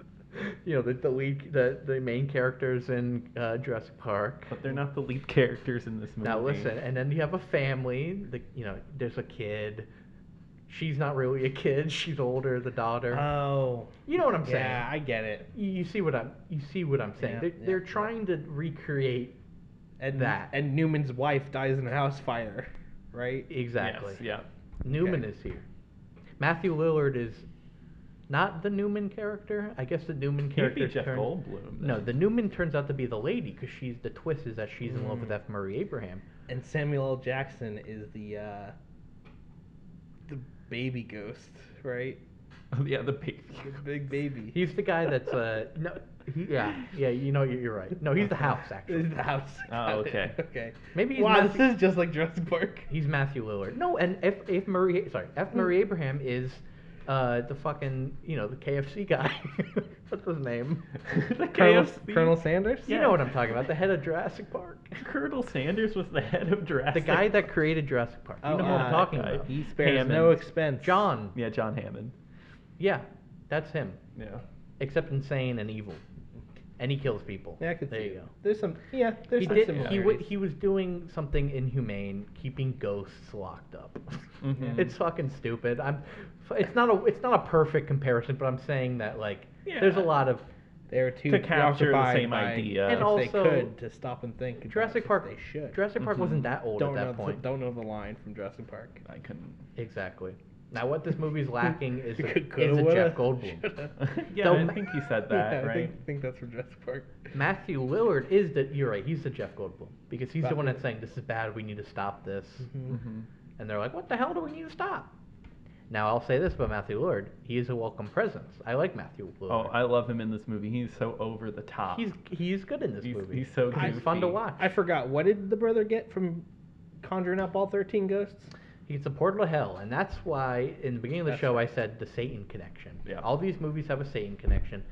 S1: *laughs* you know the, the lead the, the main characters in uh, Jurassic Park
S3: But they're not the lead characters in this movie.
S1: now listen and then you have a family the, you know there's a kid she's not really a kid she's older the daughter
S2: Oh.
S1: you know what I'm saying
S2: Yeah, I get it.
S1: you, you see what I'm you see what I'm saying
S2: Yeah,
S1: they're,
S2: yeah,
S1: they're
S2: yeah.
S1: trying to recreate
S2: And
S1: That.
S2: And Newman's wife dies in a house fire, right?
S1: exactly
S3: Yes, yeah.
S1: Newman
S2: Okay.
S1: is here. Matthew Lillard is not the Newman character. I guess the Newman
S3: Can't be
S1: character
S3: Jeff
S1: turns-
S3: Goldblum.
S1: No,
S3: then.
S1: the Newman turns out to be the lady because she's the twist is that she's in love with
S2: Hmm.
S1: F. Murray Abraham.
S2: And Samuel L. Jackson is the uh, the baby ghost, right?
S3: *laughs* yeah, the big.
S2: The big baby. *laughs*
S1: He's the guy that's uh no he, yeah yeah you know you're, you're right. No, he's the house actually.
S2: This is the house.
S3: Oh,
S2: Got it.
S3: okay.
S2: Okay.
S1: *laughs* Maybe he's
S2: wow,
S1: Matthew-
S2: this is just like Jurassic Park. Hmm.
S1: He's Matthew Lillard. No, and F. F. Murray sorry F. Murray Abraham is. Uh, the fucking, you know, the KFC guy. *laughs* What's his
S2: *laughs*
S1: name?
S3: the
S2: Colonel,
S3: KFC.
S2: Colonel Sanders.
S1: You know what I'm talking about. The head of Jurassic
S2: *laughs*
S1: Park.
S3: Colonel Sanders was the head of Jurassic.
S1: The guy that created Jurassic Park. You
S2: Oh,
S1: know who
S2: uh,
S1: I'm talking
S3: that guy.
S1: about.
S2: He spares
S3: Hammond.
S2: no expense.
S1: John.
S3: Yeah, John Hammond.
S1: Yeah, that's him.
S3: Yeah.
S1: Except insane and evil. And he kills people.
S2: Yeah, I could
S1: there
S2: see
S1: you
S2: it.
S1: go.
S2: There's some. Yeah, there's
S1: He
S2: some
S1: did. He,
S2: similarities.
S1: w- he was doing something inhumane, keeping ghosts locked up.
S2: Mm-hmm.
S1: *laughs*
S3: Mhm.
S1: It's fucking stupid. I'm. f- It's not a. It's not a perfect comparison, but I'm saying that like there's a
S3: Yeah.
S1: lot of
S2: They were too
S3: To capture the
S2: preoccupied
S3: same
S2: by
S3: idea.
S2: if
S1: And also-
S2: they could to stop and think. about
S1: Jurassic
S2: it,
S1: Park.
S2: They should. Mm-hmm.
S1: Jurassic Park wasn't that old
S2: don't
S1: at
S2: know
S1: that point.
S2: The, don't know the line from Jurassic Park.
S3: I couldn't.
S1: Exactly. Now what this movie's
S2: *laughs*
S1: lacking is a,
S2: Coulda,
S1: is a
S2: woulda,
S1: Jeff
S2: *laughs*
S1: Goldblum.
S2: shoulda.
S3: *laughs* yeah,
S1: Don't-
S3: I think he said that,
S2: Yeah, I
S3: right?
S2: think, think that's from Jurassic Park.
S1: Matthew Lillard is the you're right, he's the Jeff Goldblum because he's the
S2: Right.
S1: one that's saying this is bad, we need to stop this.
S3: hmm
S1: And they're like, "What the hell do we need to stop?" Now, I'll say this about Matthew Lillard, he is a welcome presence. I like Matthew
S3: Oh,
S1: Lillard.
S3: I love him in this movie. He's so over the top.
S1: he's he's good in this
S3: He's-
S1: movie.
S3: he's so
S1: he's fun to
S3: goofy.
S1: watch.
S2: I forgot. What did the brother get from conjuring up all thirteen ghosts?
S1: He's a portal to hell, and that's why in the beginning of the
S2: That's
S1: show I said the Satan connection.
S3: Yeah.
S1: All these movies have a Satan connection.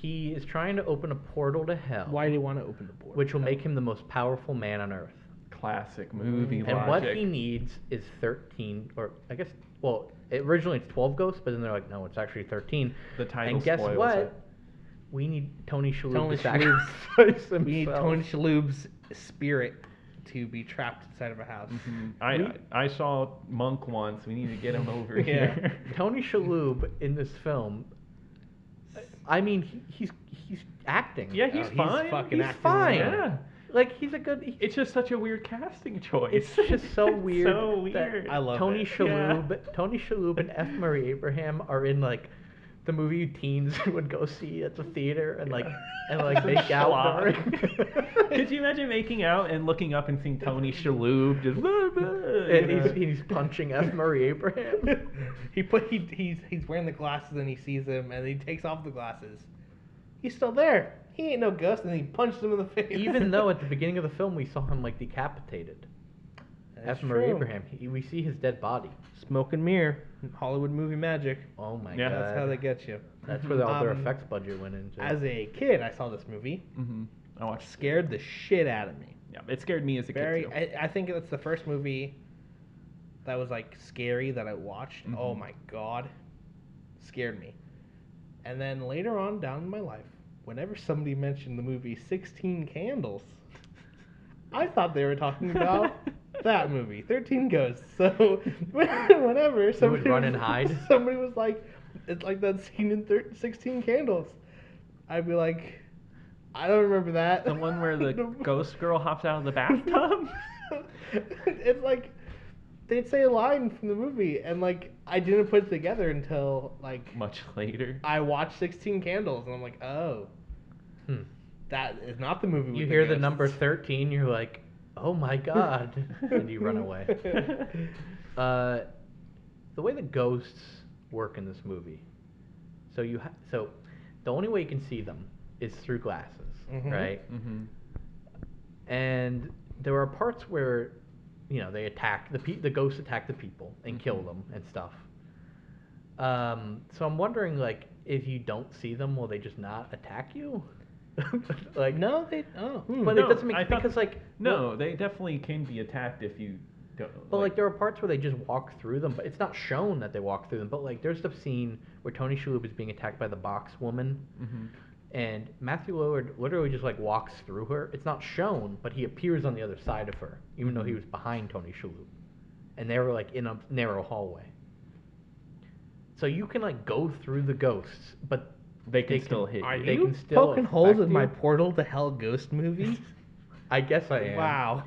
S1: He is trying to open a portal to hell,
S2: Why do you want to open the board?
S1: which will make him the most powerful man on earth.
S3: classic movie
S1: And
S3: logic.
S1: what he needs is 13, or I guess, well, it- originally it's 12 ghosts, but then they're like, no, it's actually 13.
S3: The title
S1: And guess
S3: spoils
S1: what?
S3: it.
S1: We need Tony Shalhoub
S2: Tony
S1: to
S2: Shalhoub.
S1: *laughs* sacrifice himself.
S2: we need Tony Shalhoub's spirit to be trapped inside of a house.
S3: Mhm. I I saw Monk once. We need to *laughs* get him over
S2: Yeah.
S3: here.
S1: *laughs* Tony Shalhoub in this film, I mean, he, he's he's acting.
S3: Yeah, he's
S2: Oh, he's
S3: fine.
S2: fucking
S1: he's
S2: acting
S1: fine.
S2: in
S3: Yeah.
S1: Like he's a good. he-
S3: It's just such a weird casting choice.
S1: it's just
S2: *laughs*
S1: so
S3: *laughs* It's
S1: weird.
S3: so
S1: that
S3: weird.
S2: I love
S1: Tony
S2: it.
S1: Shalhoub. Tony Shalhoub and F. Murray Abraham are in like the movie teens *laughs* would go see at the theater and like and like make out. during-
S3: *laughs*
S2: *laughs*
S3: Could you imagine making out and looking up and seeing Tony Shalhoub *laughs* just? "Blah,
S1: *laughs*
S3: blah,"
S1: And
S3: you know?
S1: he's, he's punching F. Murray Abraham.
S2: *laughs* he put he, he's he's wearing the glasses and he sees him and he takes off the glasses. He's still there. He ain't no ghost, and he punched him in the *laughs* face.
S1: Even though at the beginning of the film we saw him like decapitated.
S2: That's
S1: F. Murray
S2: true.
S1: Abraham. He, we see his dead body.
S2: smoke and mirror, Hollywood movie magic.
S1: Oh my
S3: Yeah.
S1: god.
S2: That's how they get you.
S1: That's where all their
S2: Um,
S1: effects budget went into.
S2: As a kid, I saw this movie.
S3: Mhm. I watched.
S2: Scared the shit out of me.
S3: Yeah, it scared me as a
S2: Very.
S3: kid too.
S2: I, I think that's the first movie that was like scary that I watched. Oh
S3: Mhm.
S2: my god, scared me. And then later on down in my life, whenever somebody mentioned the movie Sixteen Candles, I thought they were talking
S3: *laughs*
S2: about that movie, Thirteen Ghosts. So *laughs* whenever somebody
S1: run
S2: was-
S1: and hide?
S2: *laughs* somebody was like, it's like that scene in thir- Sixteen Candles. I'd be like, I don't remember that.
S3: the
S2: *laughs*
S3: one where the
S2: No.
S3: ghost girl hops out of the bathtub. *laughs*
S2: *laughs* it's like they'd say a line from the movie, and like I didn't put it together until like
S3: Much later.
S2: I watched Sixteen Candles, and I'm like, oh,
S1: Hmm.
S2: that is not the movie. with
S1: you hear the
S2: ghosts.
S1: number 13, you're like, oh my god. and you run away. Uh, the way the ghosts work in this movie. So you ha- so the only way you can see them is through glasses,
S3: Mhm.
S1: right?
S3: Mm-hmm.
S1: And there are parts where you know they attack the pe- the ghosts attack the people and
S3: Mm-hmm.
S1: kill them and stuff. Um, so I'm wondering like if you don't see them, will they just not attack you? *laughs* like
S2: no, they oh,
S1: but
S3: No,
S1: it doesn't make
S3: I thought-
S1: because like
S3: No, they definitely can be attacked if you don't.
S1: But like, there are parts where they just walk through them, but it's not shown that they walk through them. But like there's the scene where Tony Shalhoub is being attacked by the box woman,
S3: Mhm.
S1: and Matthew Lillard literally just like walks through her. It's not shown, but he appears on the other side of her, even though he was behind Tony Shalhoub, and they were like in a narrow hallway. So you can like go through the ghosts, but
S3: They can still hit
S2: Are
S1: you. They
S2: you
S1: can still
S2: poking holes
S1: affect
S2: in my
S1: you.
S2: Portal to Hell ghost
S1: *laughs*
S2: movie?
S1: I guess I am. *laughs*
S2: wow.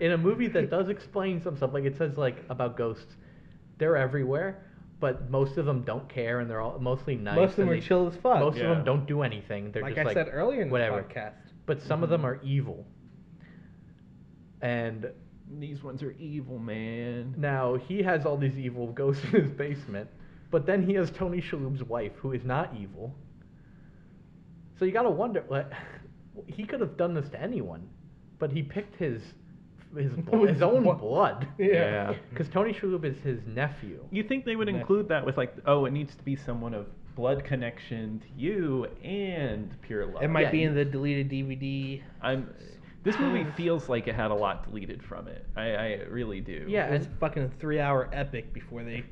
S1: in a movie that does explain some stuff, like it says like about ghosts, they're everywhere, but most of them don't care, and they're all mostly nice.
S2: Most of them
S1: and
S2: are
S1: they-
S2: chill as fuck.
S1: Most
S3: Yeah.
S1: of them don't do anything. They're
S2: Like
S1: just
S2: I
S1: like
S2: said earlier in the
S1: whatever.
S2: podcast.
S1: But some of them are evil. And
S3: These ones are evil, man.
S1: now he has all these evil ghosts in his basement, but then he has Tony Shalhoub's wife, who is not evil. So you gotta wonder, what he could have done this to anyone, but he picked his
S2: *laughs*
S1: his blo- his own blood.
S3: Yeah.
S1: Because Tony Shalhoub is his nephew.
S3: You think they would include that with like, oh, it needs to be someone of blood connection to you and pure love.
S2: It might
S1: Yeah,
S2: be in
S1: you-
S2: the deleted DVD.
S3: I'm. This movie feels like it had a lot deleted from it. I, I really do.
S1: Yeah,
S2: It's
S1: and
S2: fucking three hour epic
S1: *laughs*
S2: before they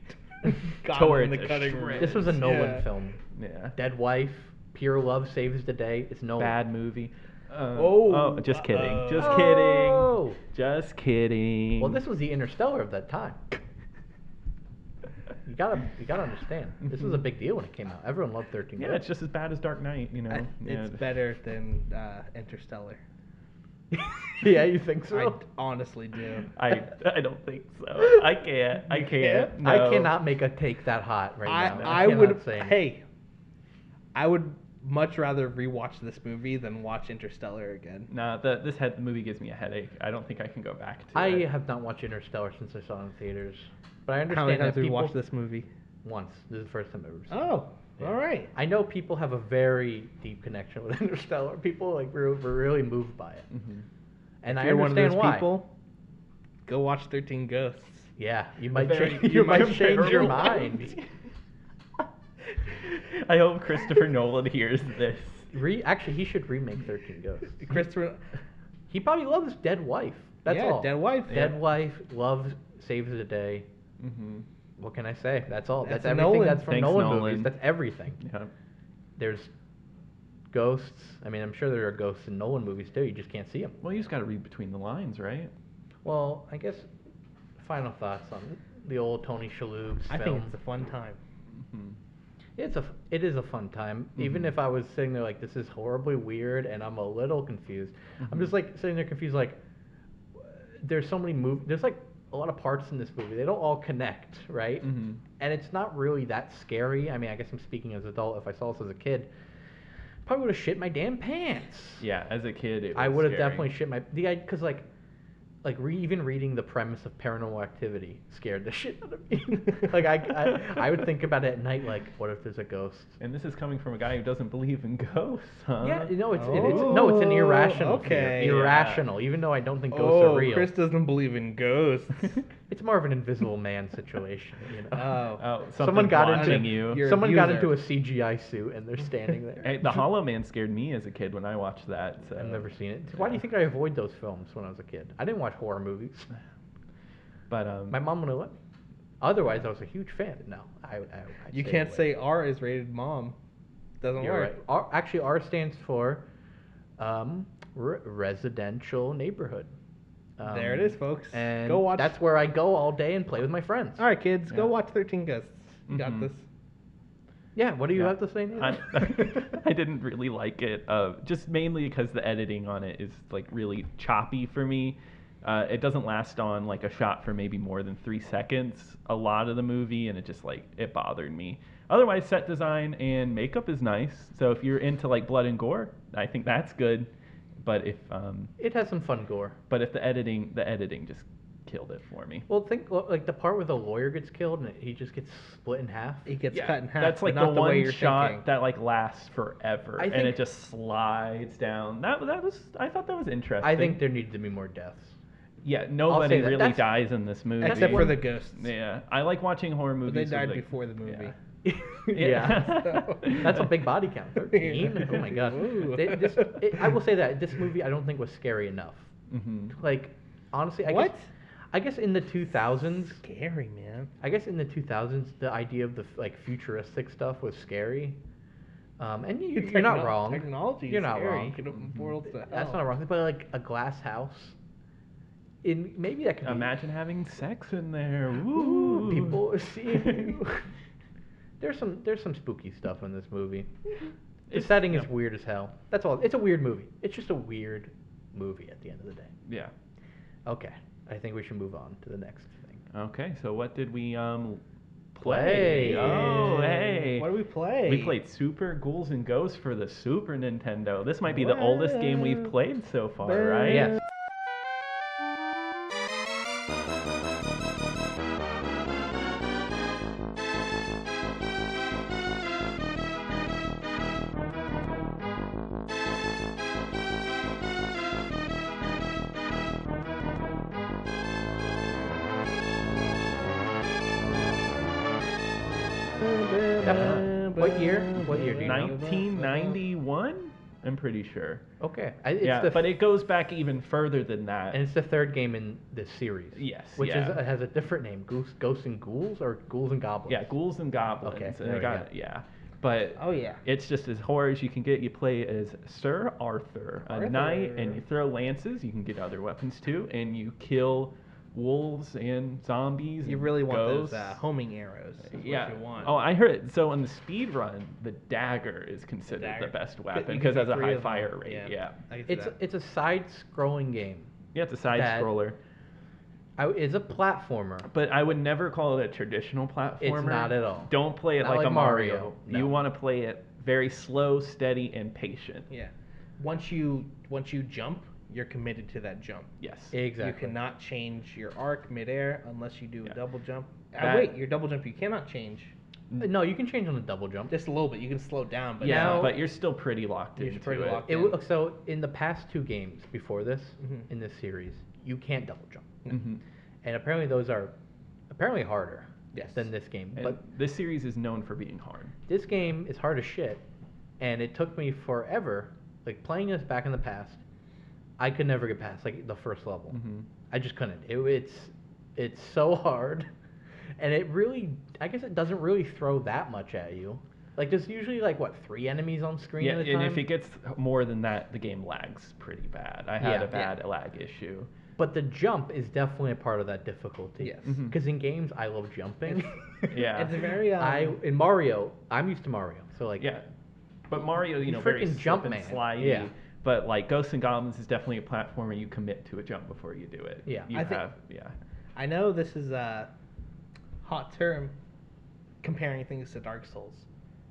S2: *laughs* got
S3: Tore
S2: him in
S3: it
S2: the
S3: to
S2: cutting room.
S3: shreds.
S1: this was a Nolan
S2: Yeah.
S1: film.
S3: Yeah.
S1: Dead wife, pure love saves the day. It's Nolan.
S3: Bad movie. Um,
S2: Oh,
S3: just kidding. Just
S1: uh-oh.
S3: kidding.
S1: Oh.
S3: Just kidding.
S2: Hmm.
S1: Well, this was the Interstellar of that time. You gotta, you gotta understand. This was a big deal when it came out. Everyone loved Thirteen.
S3: Yeah,
S1: Going.
S3: it's just as bad as Dark Knight, you know.
S2: I-
S3: Yeah.
S2: It's better than uh, Interstellar.
S1: *laughs* yeah, you think so?
S2: I d- honestly do.
S3: I I don't think so. I can't. I can't.
S1: I
S3: No.
S1: cannot make a take that hot right
S2: I,
S1: now.
S2: I
S1: cannot
S2: would
S1: say anything.
S2: hey, I would much rather rewatch this movie than watch Interstellar again.
S3: Nah, the, this head movie gives me a headache. I don't think I can go back to
S1: I
S3: it.
S1: have not watched Interstellar since I saw it in theaters, but I understand
S2: How many
S1: that
S2: times have you
S1: people
S2: watched this movie?
S1: once. This is the first time I've ever seen. it.
S2: Oh, all right.
S1: I know people have a very deep connection with *laughs* Interstellar. People like were, were really moved by it,
S3: Mm-hmm.
S1: and
S2: Mm. If
S1: I understand
S2: you're one of those
S1: why.
S2: people. Go watch Thirteen Ghosts.
S1: Yeah, you might
S3: Very-
S1: change, you,
S3: you
S1: might
S3: might
S1: change your
S3: very well
S1: mind.
S3: be.
S1: *laughs*
S3: I hope Christopher Nolan *laughs* hears this.
S1: Re- actually, he should remake Thirteen Ghosts.
S2: *laughs* Christopher,
S1: He probably loves Dead Wife. That's
S2: Yeah,
S1: all.
S2: Dead Wife.
S1: Dead
S2: Yeah.
S1: Wife. Love saves the day.
S3: Mm-hmm.
S1: What can I say? That's all. That's,
S2: That's
S1: everything.
S2: Nolan.
S1: That's from
S3: Thanks,
S1: Nolan,
S3: Nolan.
S1: movies. That's everything.
S3: Yeah.
S1: There's ghosts. I mean, I'm sure there are ghosts in Nolan movies too. You just can't see them.
S3: Well, you just got to read between the lines, right?
S1: Well, I guess final thoughts on the old Tony Shalhoub
S2: I
S1: film.
S2: think it's a fun *laughs* time.
S3: hmm
S1: It's a f- it is a fun time.
S3: Mm-hmm.
S1: Even if I was sitting there like this is horribly weird and I'm a little confused. I'm
S3: Mm-hmm.
S1: just like sitting there confused like w- there's so many mov there's like a lot of parts in this movie. They don't all connect, right?
S3: Mhm.
S1: And it's not really that scary. I mean, I guess I'm speaking as an adult. If I saw this as a kid, probably would have shit my damn pants.
S3: Yeah, as a kid, it was
S1: I would have
S3: scary.
S1: definitely shit my the because like like re, even reading the premise of Paranormal Activity scared the *laughs* shit out of me. like I, I I would think about it at night like what if there's a ghost?
S3: And this is coming from a guy who doesn't believe in ghosts, huh?
S1: Yeah, no, it's it, it's no, it's an
S2: Oh,
S1: irrational fear.
S2: okay.
S3: Yeah.
S1: Irrational, even though I don't think ghosts
S2: oh,
S1: are real.
S2: Chris doesn't believe in ghosts.
S1: It's more of an invisible man situation, you know.
S2: oh.
S3: Oh,
S1: *laughs* someone got into
S3: watching you.
S2: You're-
S1: someone got into
S2: abuser.
S1: a CGI suit and they're standing
S2: *laughs*
S1: there.
S3: Hey, the Hollow Man scared me as a kid when I watched that. So.
S1: I've never seen it. Why do you think I avoid those films when I was a kid? I didn't watch horror
S2: *sighs*
S1: movies.
S3: But um,
S1: My mom wouldn't let me. Otherwise, I was a huge fan. No, I. I I'd
S2: You
S1: stay
S2: can't
S1: away.
S2: say R is rated mom. Doesn't
S1: You're
S2: work.
S1: right. R, actually, R stands for um, re- residential neighborhood. Um,
S2: There it is, folks.
S1: And
S2: Go watch-
S1: That's where I go all day and play with my friends.
S2: All right, kids,
S3: Yeah.
S2: go watch 13 Ghosts. You
S3: Mhm.
S2: got this.
S1: Yeah. What do you
S3: Yeah.
S1: have to say? Nathan?
S3: I, *laughs* I didn't really like it, uh, just mainly because the editing on it is like really choppy for me. Uh, it doesn't last on like a shot for maybe more than three seconds a lot of the movie, and it just like it bothered me. Otherwise, set design and makeup is nice. So if you're into like blood and gore, I think that's good. But if um,
S1: *laughs* It has some fun gore.
S3: but if the editing the editing just killed it for me.
S1: Well, think well, like the part where the lawyer gets killed and he just gets split in half.
S2: He gets
S3: Yeah,
S2: cut in half.
S3: That's
S2: but
S3: like
S2: not
S3: the,
S2: the
S3: one
S2: way you're
S3: shot
S2: thinking.
S3: that like lasts forever,
S1: I
S3: and
S1: think-
S3: it just slides down. That that was I thought that was interesting.
S1: I think there needed to be more deaths.
S3: yeah, nobody
S1: that.
S3: really
S1: That's-
S3: dies in this movie
S2: Except for the ghosts.
S3: Yeah, I like watching horror movies.
S2: But they
S3: with,
S2: died
S3: like-
S2: before the movie. *laughs*
S3: *laughs*
S1: Yeah.
S3: Yeah.
S1: That's a big body count.
S2: *laughs*
S1: 13? Oh my gosh.
S2: Ooh.
S1: They- this-
S2: *laughs*
S1: it- I will say that this movie I don't think was scary enough.
S3: Mhm.
S1: Like, honestly, I
S2: What?
S1: guess. I guess in the 2000s,
S2: Scary man.
S1: I guess in the 2000s, the idea of the f- like futuristic stuff was scary. Um, and you, you're not
S2: Techno-
S1: wrong.
S2: Technology. is
S1: You're not
S2: scary.
S1: wrong.
S2: It can open portals to hell.
S1: That's not wrong. But like a glass house, in maybe that could be-
S3: Imagine having sex in there. Ooh.
S1: Ooh, people are seeing
S2: *laughs*
S1: you. there's some there's some spooky stuff in this movie. The
S3: It's-
S1: setting is
S3: yeah.
S1: weird as hell. That's all. It's a weird movie. It's just a weird movie at the end of the day.
S3: yeah.
S1: Okay, I think we should move on to the next thing.
S3: Okay, so what did we um
S1: Play.
S3: play? Oh, hey.
S2: What do we play?
S3: We played Super Ghouls and Ghosts for the Super Nintendo. This might be the oldest game we've played so far, right?
S1: Yes. Definitely. What year? What year do you know?
S3: 1991, I'm pretty sure.
S1: Okay. I, it's
S3: yeah,
S1: the
S3: but it goes back even further than that.
S1: and it's the third game in this series.
S3: Yes,
S1: Which
S3: yeah.
S1: is uh, has a different name. Goose, ghosts and ghouls, or ghouls and goblins.
S3: yeah, Ghouls and Goblins.
S1: Okay,
S3: and
S1: there
S3: I
S1: we
S3: got
S1: go.
S3: it, yeah. But
S2: Oh yeah.
S3: It's just as horror as you can get. You play as Sir Arthur, a knight, and you throw lances. You can get other weapons too, and you kill wolves and zombies.
S2: You
S3: and
S2: really want
S3: ghosts.
S2: those uh, homing arrows. is what
S3: yeah.
S2: you want.
S3: Oh, I heard it. So in the speed run, the dagger is considered the,
S2: dagger.
S3: best
S2: But
S3: weapon
S2: you can
S3: because
S2: do
S3: it has a
S2: three of
S3: high
S2: them.
S3: fire rate.
S2: Yeah.
S3: Yeah.
S2: I can see
S1: It's
S2: that.
S1: it's a side-scrolling game.
S3: Yeah, it's a side
S1: That-
S3: scroller.
S1: I, it's a platformer.
S3: But I would never call it a traditional platformer.
S1: not at all.
S3: Don't play it
S1: Not
S3: like,
S1: like
S3: a Mario.
S1: Mario, no.
S3: You want to play it very slow, steady, and patient.
S2: yeah. Once you once you jump, you're committed to that jump.
S3: Yes.
S1: Exactly.
S2: You cannot change your arc midair unless you do a
S3: Yeah.
S2: double jump. Ah,
S3: That-
S2: wait, your double jump you cannot change.
S1: Uh, No, you can change on the double jump.
S2: Just a little bit. You can slow down, but
S3: Yeah,
S1: Now-
S3: but you're still pretty locked
S2: You're
S3: into
S2: pretty
S3: it.
S2: locked
S1: It,
S2: in.
S1: w- so in the past two games before this,
S2: Mhm.
S1: in this series, you can't double jump,
S3: hmm
S1: and apparently those are apparently harder
S2: Yes.
S1: than this game.
S3: And
S1: But
S3: this series is known for being hard.
S1: this game is hard as shit, and it took me forever. Like playing this back in the past, I could never get past like the first level.
S3: Mhm.
S1: I just couldn't. It, it's it's so *laughs* hard, and it really I guess it doesn't really throw that much at you. Like there's usually like what three enemies on screen
S3: Yeah,
S1: at a
S3: and
S1: time.
S3: if it gets more than that, the game lags pretty bad. I had
S1: Yeah.
S3: a bad lag issue.
S1: But the jump is definitely a part of that difficulty.
S2: Yes. Mhm.
S1: Because in games, I love jumping.
S2: *laughs*
S3: Yeah.
S2: It's very. Um,
S1: I in Mario, I'm used to Mario, so like
S3: Yeah, but Mario, you
S1: You
S3: know, very
S1: freaking
S3: slip
S1: jump,
S3: and
S1: man.
S3: slidey.
S1: Yeah.
S3: But like Ghosts and Goblins is definitely a platform where you commit to a jump before you do it.
S1: Yeah.
S3: you
S2: I think-
S3: have. yeah,
S2: I know this is a hot term comparing things to Dark Souls,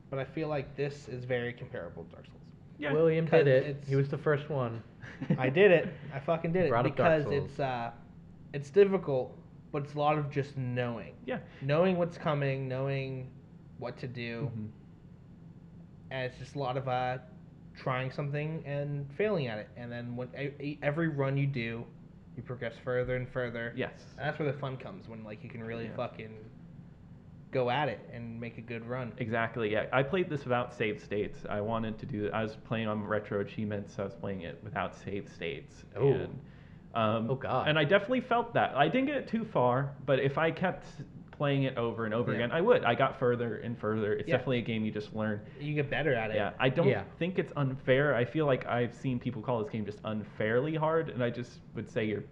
S2: but I feel like this is very comparable to Dark Souls.
S3: yeah.
S1: William
S2: 'Cause
S1: did it.
S2: it's-
S1: He was the first
S3: *laughs*
S1: one.
S2: I did it. I fucking did it
S1: Brought up Dark
S2: because
S1: Souls.
S2: it's uh, it's difficult, but it's a lot of just knowing,
S3: Yeah,
S2: knowing what's coming, knowing what to do,
S3: Mhm.
S2: and it's just a lot of uh, trying something and failing at it, and then when e- every run you do, you progress further and further.
S3: yes.
S1: Uh,
S2: And that's where the fun comes when like you can really
S3: Yeah.
S2: fucking go at it and make a good run.
S3: Exactly. Yeah, I played this without save states. I wanted to do. I was playing on retro achievements. So I was playing it without save states.
S1: Oh.
S3: And, um,
S1: Oh, God.
S3: And I definitely felt that. I didn't get it too far, but if I kept playing it over and over
S2: Yeah.
S3: again, I would. I got further and further. It's
S2: Yeah.
S3: definitely a game you just learn.
S2: You get better at it.
S3: Yeah. I don't
S1: Yeah.
S3: think it's unfair. I feel like I've seen people call this game just unfairly hard, and I just would say you're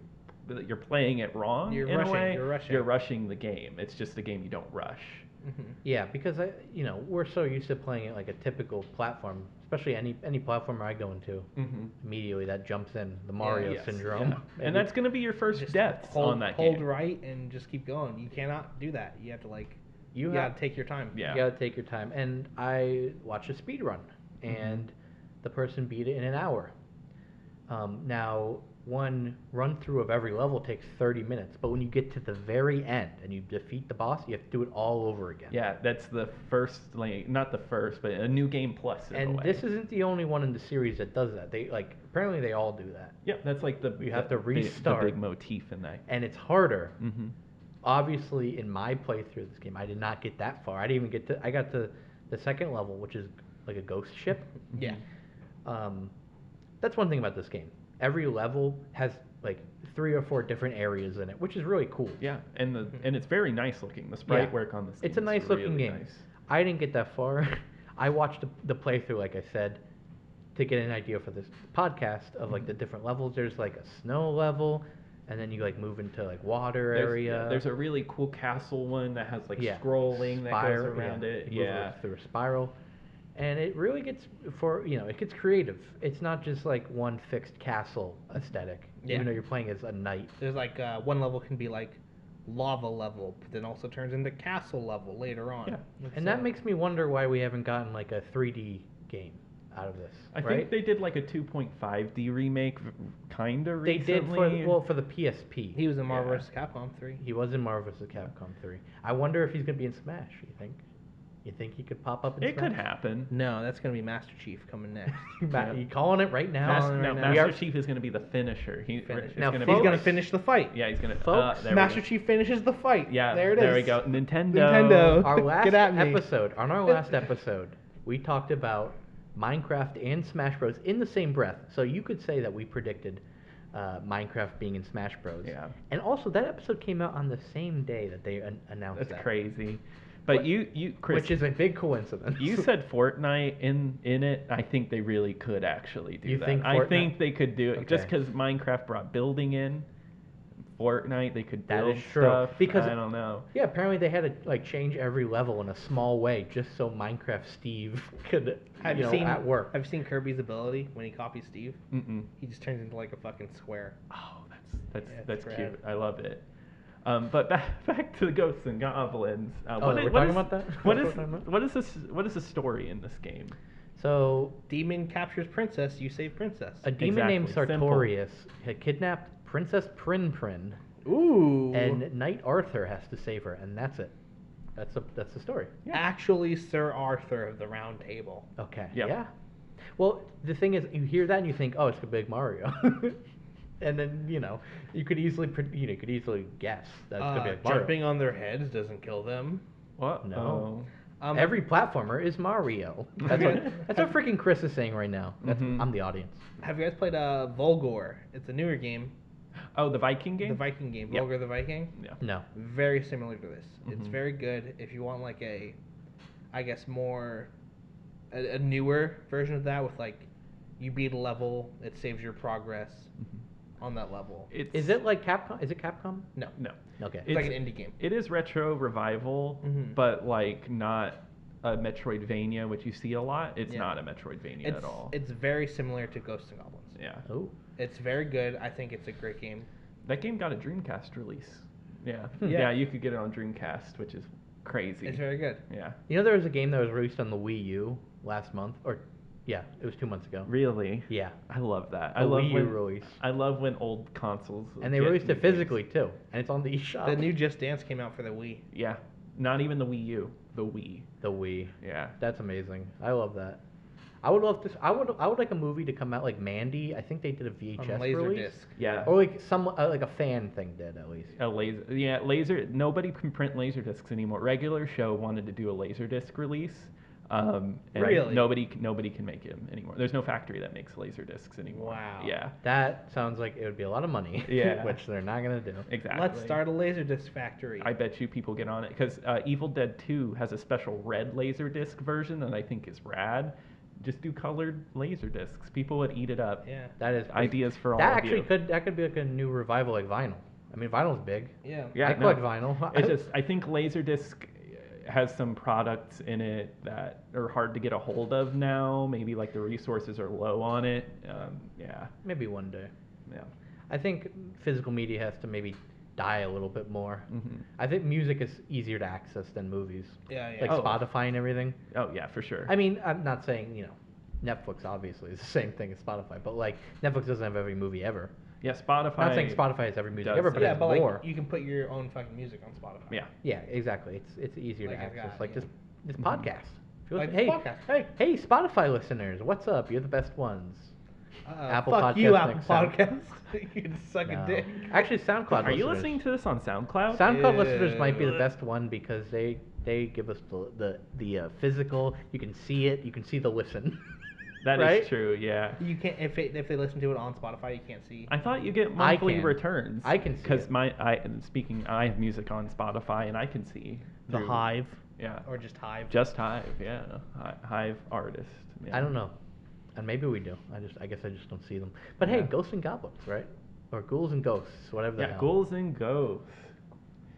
S3: that you're playing it wrong
S2: You're
S3: in
S2: rushing,
S3: a way.
S2: you're rushing.
S3: You're rushing the game. It's just a game you don't rush.
S2: Mhm.
S1: Yeah, because I, you know, we're so used to playing it like a typical platform, especially any any platformer I go into.
S3: Mhm.
S1: Immediately that jumps in the Mario
S3: Yes,
S1: syndrome,
S3: yeah.
S1: *laughs*
S3: And that's going to be your first
S2: Just
S3: death
S2: hold,
S3: on that
S2: hold
S3: game.
S2: right and just keep going. You cannot do that. You have to like
S1: You
S2: you,
S1: have-
S2: gotta take your time.
S3: Yeah.
S1: You gotta take your time. And I watched a
S3: Mm-hmm.
S1: speed run, and the person beat it in an hour. Um, now, one run through of every level takes 30 minutes, but when you get to the very end and you defeat the boss, you have to do it all over again.
S3: Yeah, that's the first, like, not the first, but a new game plus. In
S1: And
S3: a way.
S1: this isn't the only one in the series that does that. They like apparently they all do that.
S3: yeah, that's like the
S1: You have
S3: the
S1: to
S3: big-
S1: restart.
S3: the big motif in that.
S1: And it's harder.
S3: Mm-hmm.
S1: Obviously, in my playthrough of this game, I did not get that far. I didn't even get to. I got to the second level, which is like a ghost
S3: *laughs*
S1: ship.
S2: Yeah.
S1: Um, that's one thing about this game. Every level has like three or four different areas in it, which is really cool.
S3: Yeah, and the and it's very nice looking. The
S1: Mm-hmm.
S3: sprite
S1: Yeah.
S3: work on this.
S1: It's a
S3: game is
S1: nice looking
S3: really
S1: game.
S3: nice.
S1: I didn't get that far. *laughs* I watched the, the playthrough, like I said, to get an idea for this podcast of like the
S3: Mm-hmm.
S1: different levels. There's like a snow level, and then you like move into like water
S3: There's,
S1: area.
S3: yeah, there's a really cool castle one that has like
S1: uh, Yeah.
S3: scrolling that goes
S1: Spir-
S3: around
S1: yeah,
S3: it.
S1: you move
S3: Yeah,
S1: through a spiral, and it really gets for you know it gets creative. It's not just like one fixed castle aesthetic.
S2: Yeah.
S1: Even though you're playing as a knight.
S2: There's like uh, one level can be like lava level, but then also turns into castle level later on.
S3: Yeah.
S2: It's,
S1: And that
S2: uh,
S1: makes me wonder why we haven't gotten like a 3D game out of this.
S3: I
S1: right?
S3: think they did like a 2.5D remake, v- kinda
S1: They
S3: recently.
S1: did for well for the PSP.
S2: he
S1: He,
S2: was in Marvel
S3: Yeah.
S2: vs. Capcom three.
S1: was in Marvel vs. Capcom three. I wonder if he's gonna be in Smash. You think? You think he could pop up in
S3: It
S1: Smash?
S3: could happen.
S2: No, that's gonna be Master Chief coming
S3: *laughs*
S2: next.
S1: Ma-
S3: Yeah.
S1: You calling it right now?
S3: Mas-
S2: Calling it
S3: no,
S2: right now.
S1: We
S3: Master
S1: are-
S3: Chief is gonna be the finisher. He
S2: Finish.
S3: it's
S1: Now,
S3: gonna be
S2: He's gonna
S3: like-
S2: finish the fight.
S3: Yeah, he's gonna.
S1: Folks,
S3: uh, there we
S2: Master
S3: go.
S2: Chief finishes the fight.
S3: Yeah,
S2: there it is.
S3: There we go. Nintendo.
S1: *laughs*
S2: Nintendo.
S1: Our last
S2: Get at me.
S1: episode. On
S3: *laughs*
S1: our last episode, we talked about Minecraft and Smash Bros. in the same breath. So you could say that we predicted uh, Minecraft being in Smash Bros.
S3: Yeah.
S1: And also that episode came out on the same day that they an- announced
S3: That's
S1: that,
S3: crazy. But
S1: What-
S3: you, you, Chris,
S1: which is a big coincidence. *laughs*
S3: You said Fortnite in in it. I think they really could actually do
S1: You
S3: that.
S1: think
S3: I
S1: Fortnite-
S3: think they could do it just
S1: Okay.
S3: because Minecraft brought building in. Fortnite, they could
S1: That
S3: build
S1: is true,
S3: stuff.
S1: because-
S3: I don't know.
S1: Yeah, apparently they had to like change every level in a small way just so Minecraft Steve *laughs* could
S2: Have
S1: you
S2: you
S1: know
S2: seen
S1: at work.
S2: Have you seen Kirby's ability when he copies Steve?
S3: Mm-mm.
S2: He just turns into like a fucking square.
S3: Oh, that's that's
S2: Yeah, it's
S3: that's
S2: rad.
S3: cute. I love it. Um, but back *laughs* back to the ghosts and goblins. Uh,
S1: Oh,
S3: what
S1: we're
S3: is- what
S1: talking
S3: is-
S1: about that?
S3: What
S1: That's what *laughs*
S3: is
S1: we're talking about?
S3: what is this? What is the story in this game?
S1: So
S2: Demon captures princess. You save princess.
S1: a demon named
S3: Exactly, simple.
S1: Sartorius had kidnapped Princess Prinprin,
S2: Ooh.
S1: and Knight Arthur has to save her, and that's it. That's a, that's the story.
S2: actually, Sir Arthur of the Round Table.
S1: Okay.
S3: Yeah.
S1: Yeah. Well, the thing is, you hear that and you think, oh, it's a big Mario. *laughs* And then you know you could easily pre- you know you could easily guess that it's
S2: Uh,
S1: gonna be like Mario.
S2: jumping on their heads doesn't kill them.
S3: What?
S1: No.
S3: Oh.
S2: Um,
S1: Every platformer is Mario. That's
S3: *laughs*
S1: what, that's what freaking Chris is saying right now. That's,
S3: Mhm.
S1: I'm the audience.
S2: Have you guys played uh, Volgor? It's a newer game,
S3: Oh, the Viking game.
S2: the Viking game.
S3: Yeah.
S2: Volgor the Viking.
S3: yeah.
S1: No.
S2: Very similar to this. It's
S3: Mhm.
S2: very good if you want like a, I guess more, a, a newer version of that with like, you beat a level, it saves your progress
S3: Mm-hmm.
S2: on that level.
S3: It's,
S1: Is it like Capcom? Is it Capcom?
S2: No,
S3: No.
S1: Okay.
S2: it's, like an indie game.
S3: It is retro revival,
S2: Mhm.
S3: but like not a Metroidvania, which you see a lot. It's
S2: Yeah.
S3: not a Metroidvania
S2: It's
S3: at all.
S2: it's very similar to Ghosts and Goblins.
S3: yeah,
S1: oh.
S2: It's very good. I think it's a great game.
S3: that game got a Dreamcast release. Yeah,
S1: Hmm.
S3: yeah,
S2: Yeah.
S3: you could get it on Dreamcast, which is crazy.
S2: It's very good.
S3: yeah,
S1: You know there was a game that was released on the Wii U last month, or yeah, it was two months ago.
S3: really.
S1: Yeah.
S3: I love that.
S1: A
S3: I love
S1: Wii U
S3: when
S1: release.
S3: I love when old consoles
S1: And they
S3: get
S1: released
S3: new
S1: it
S3: games.
S1: physically too, and it's on the eShop.
S3: Uh,
S2: The new Just Dance came out for the Wii.
S3: Yeah, not even the Wii U, the Wii.
S1: the Wii.
S3: Yeah,
S1: That's amazing. I love that. I would love this. I would. I would like a movie to come out like Mandy. I think they did a VHS release,
S2: Laserdisc.
S3: yeah.
S1: or like some uh, like a fan thing did at least.
S3: A laser, yeah, laser. Nobody can print laser discs anymore. Regular show wanted to do a laser disc release, um, and
S2: Really?
S3: nobody, c- nobody can make them anymore. There's no factory that makes laser discs anymore.
S2: Wow.
S3: Yeah,
S1: That sounds like it would be a lot of money. *laughs*
S3: Yeah.
S1: which they're not gonna do.
S3: exactly.
S2: Let's start a Laserdisc factory.
S3: I bet you people get on it because uh, Evil Dead 2 has a special red laser disc version that I think is rad. Just do colored laser discs. People would eat it up.
S2: yeah.
S1: That is pretty-
S3: Ideas for all
S1: That
S3: of
S1: actually
S3: you.
S1: could that could be like a new revival like vinyl. I mean, vinyl's big.
S2: Yeah.
S3: Yeah,
S1: I
S3: no.
S1: collect vinyl. *laughs*
S3: It's just I think Laserdisc has some products in it that are hard to get a hold of now. Maybe like the resources are low on it. Um, yeah,
S1: maybe one day.
S3: yeah.
S1: I think physical media has to maybe die a little bit more.
S3: Mhm.
S1: I think music is easier to access than movies.
S2: Yeah, yeah.
S1: Like
S3: Oh.
S1: Spotify and everything.
S3: Oh yeah, for sure.
S1: I mean, I'm not *laughs* saying you know, Netflix obviously is the same thing as Spotify, but like Netflix doesn't have every movie ever.
S3: Yeah, Spotify.
S1: Not saying Spotify is every music
S3: does
S1: ever, but
S3: that.
S2: yeah,
S1: it's
S2: but like
S1: more.
S2: you can put your own fucking music on Spotify.
S3: yeah.
S1: Yeah, exactly. It's it's easier
S2: Like
S1: to
S2: I
S1: access.
S2: got,
S1: like
S2: yeah. Mm-hmm.
S1: this this podcast. If you
S2: Like
S1: listen- hey,
S2: podcast.
S1: hey, hey, Spotify listeners, what's up? You're the best ones.
S2: Uh,
S1: Apple Podcast
S2: fuck you, Apple
S1: next time.
S2: Podcast. *laughs* you can suck
S1: No.
S2: a dick.
S1: Um, Actually, SoundCloud.
S3: Are you
S1: listeners-
S3: listening to Uh. this on SoundCloud?
S1: SoundCloud listeners might be the
S2: Ew.
S1: best one because they they give us the the, the uh, physical. You can see it. You can see the listen. *laughs*
S3: That is
S1: right?
S3: true. Yeah.
S2: You can't if it, if they listen to it on Spotify, you can't see.
S3: I thought you get monthly
S1: can.
S3: returns.
S1: I can see
S3: because
S1: it.
S3: my I and speaking I have music on Spotify and I can see through- Yeah.
S2: or just Hive.
S3: Just Hive. Yeah. Hi- Hive artist. yeah.
S1: I don't know, and maybe we do. I just I guess I just don't see them. But hey,
S3: Yeah.
S1: ghosts and goblins, right? Or ghouls and ghosts, whatever. the
S3: Yeah.
S1: hell.
S3: Ghouls and ghosts.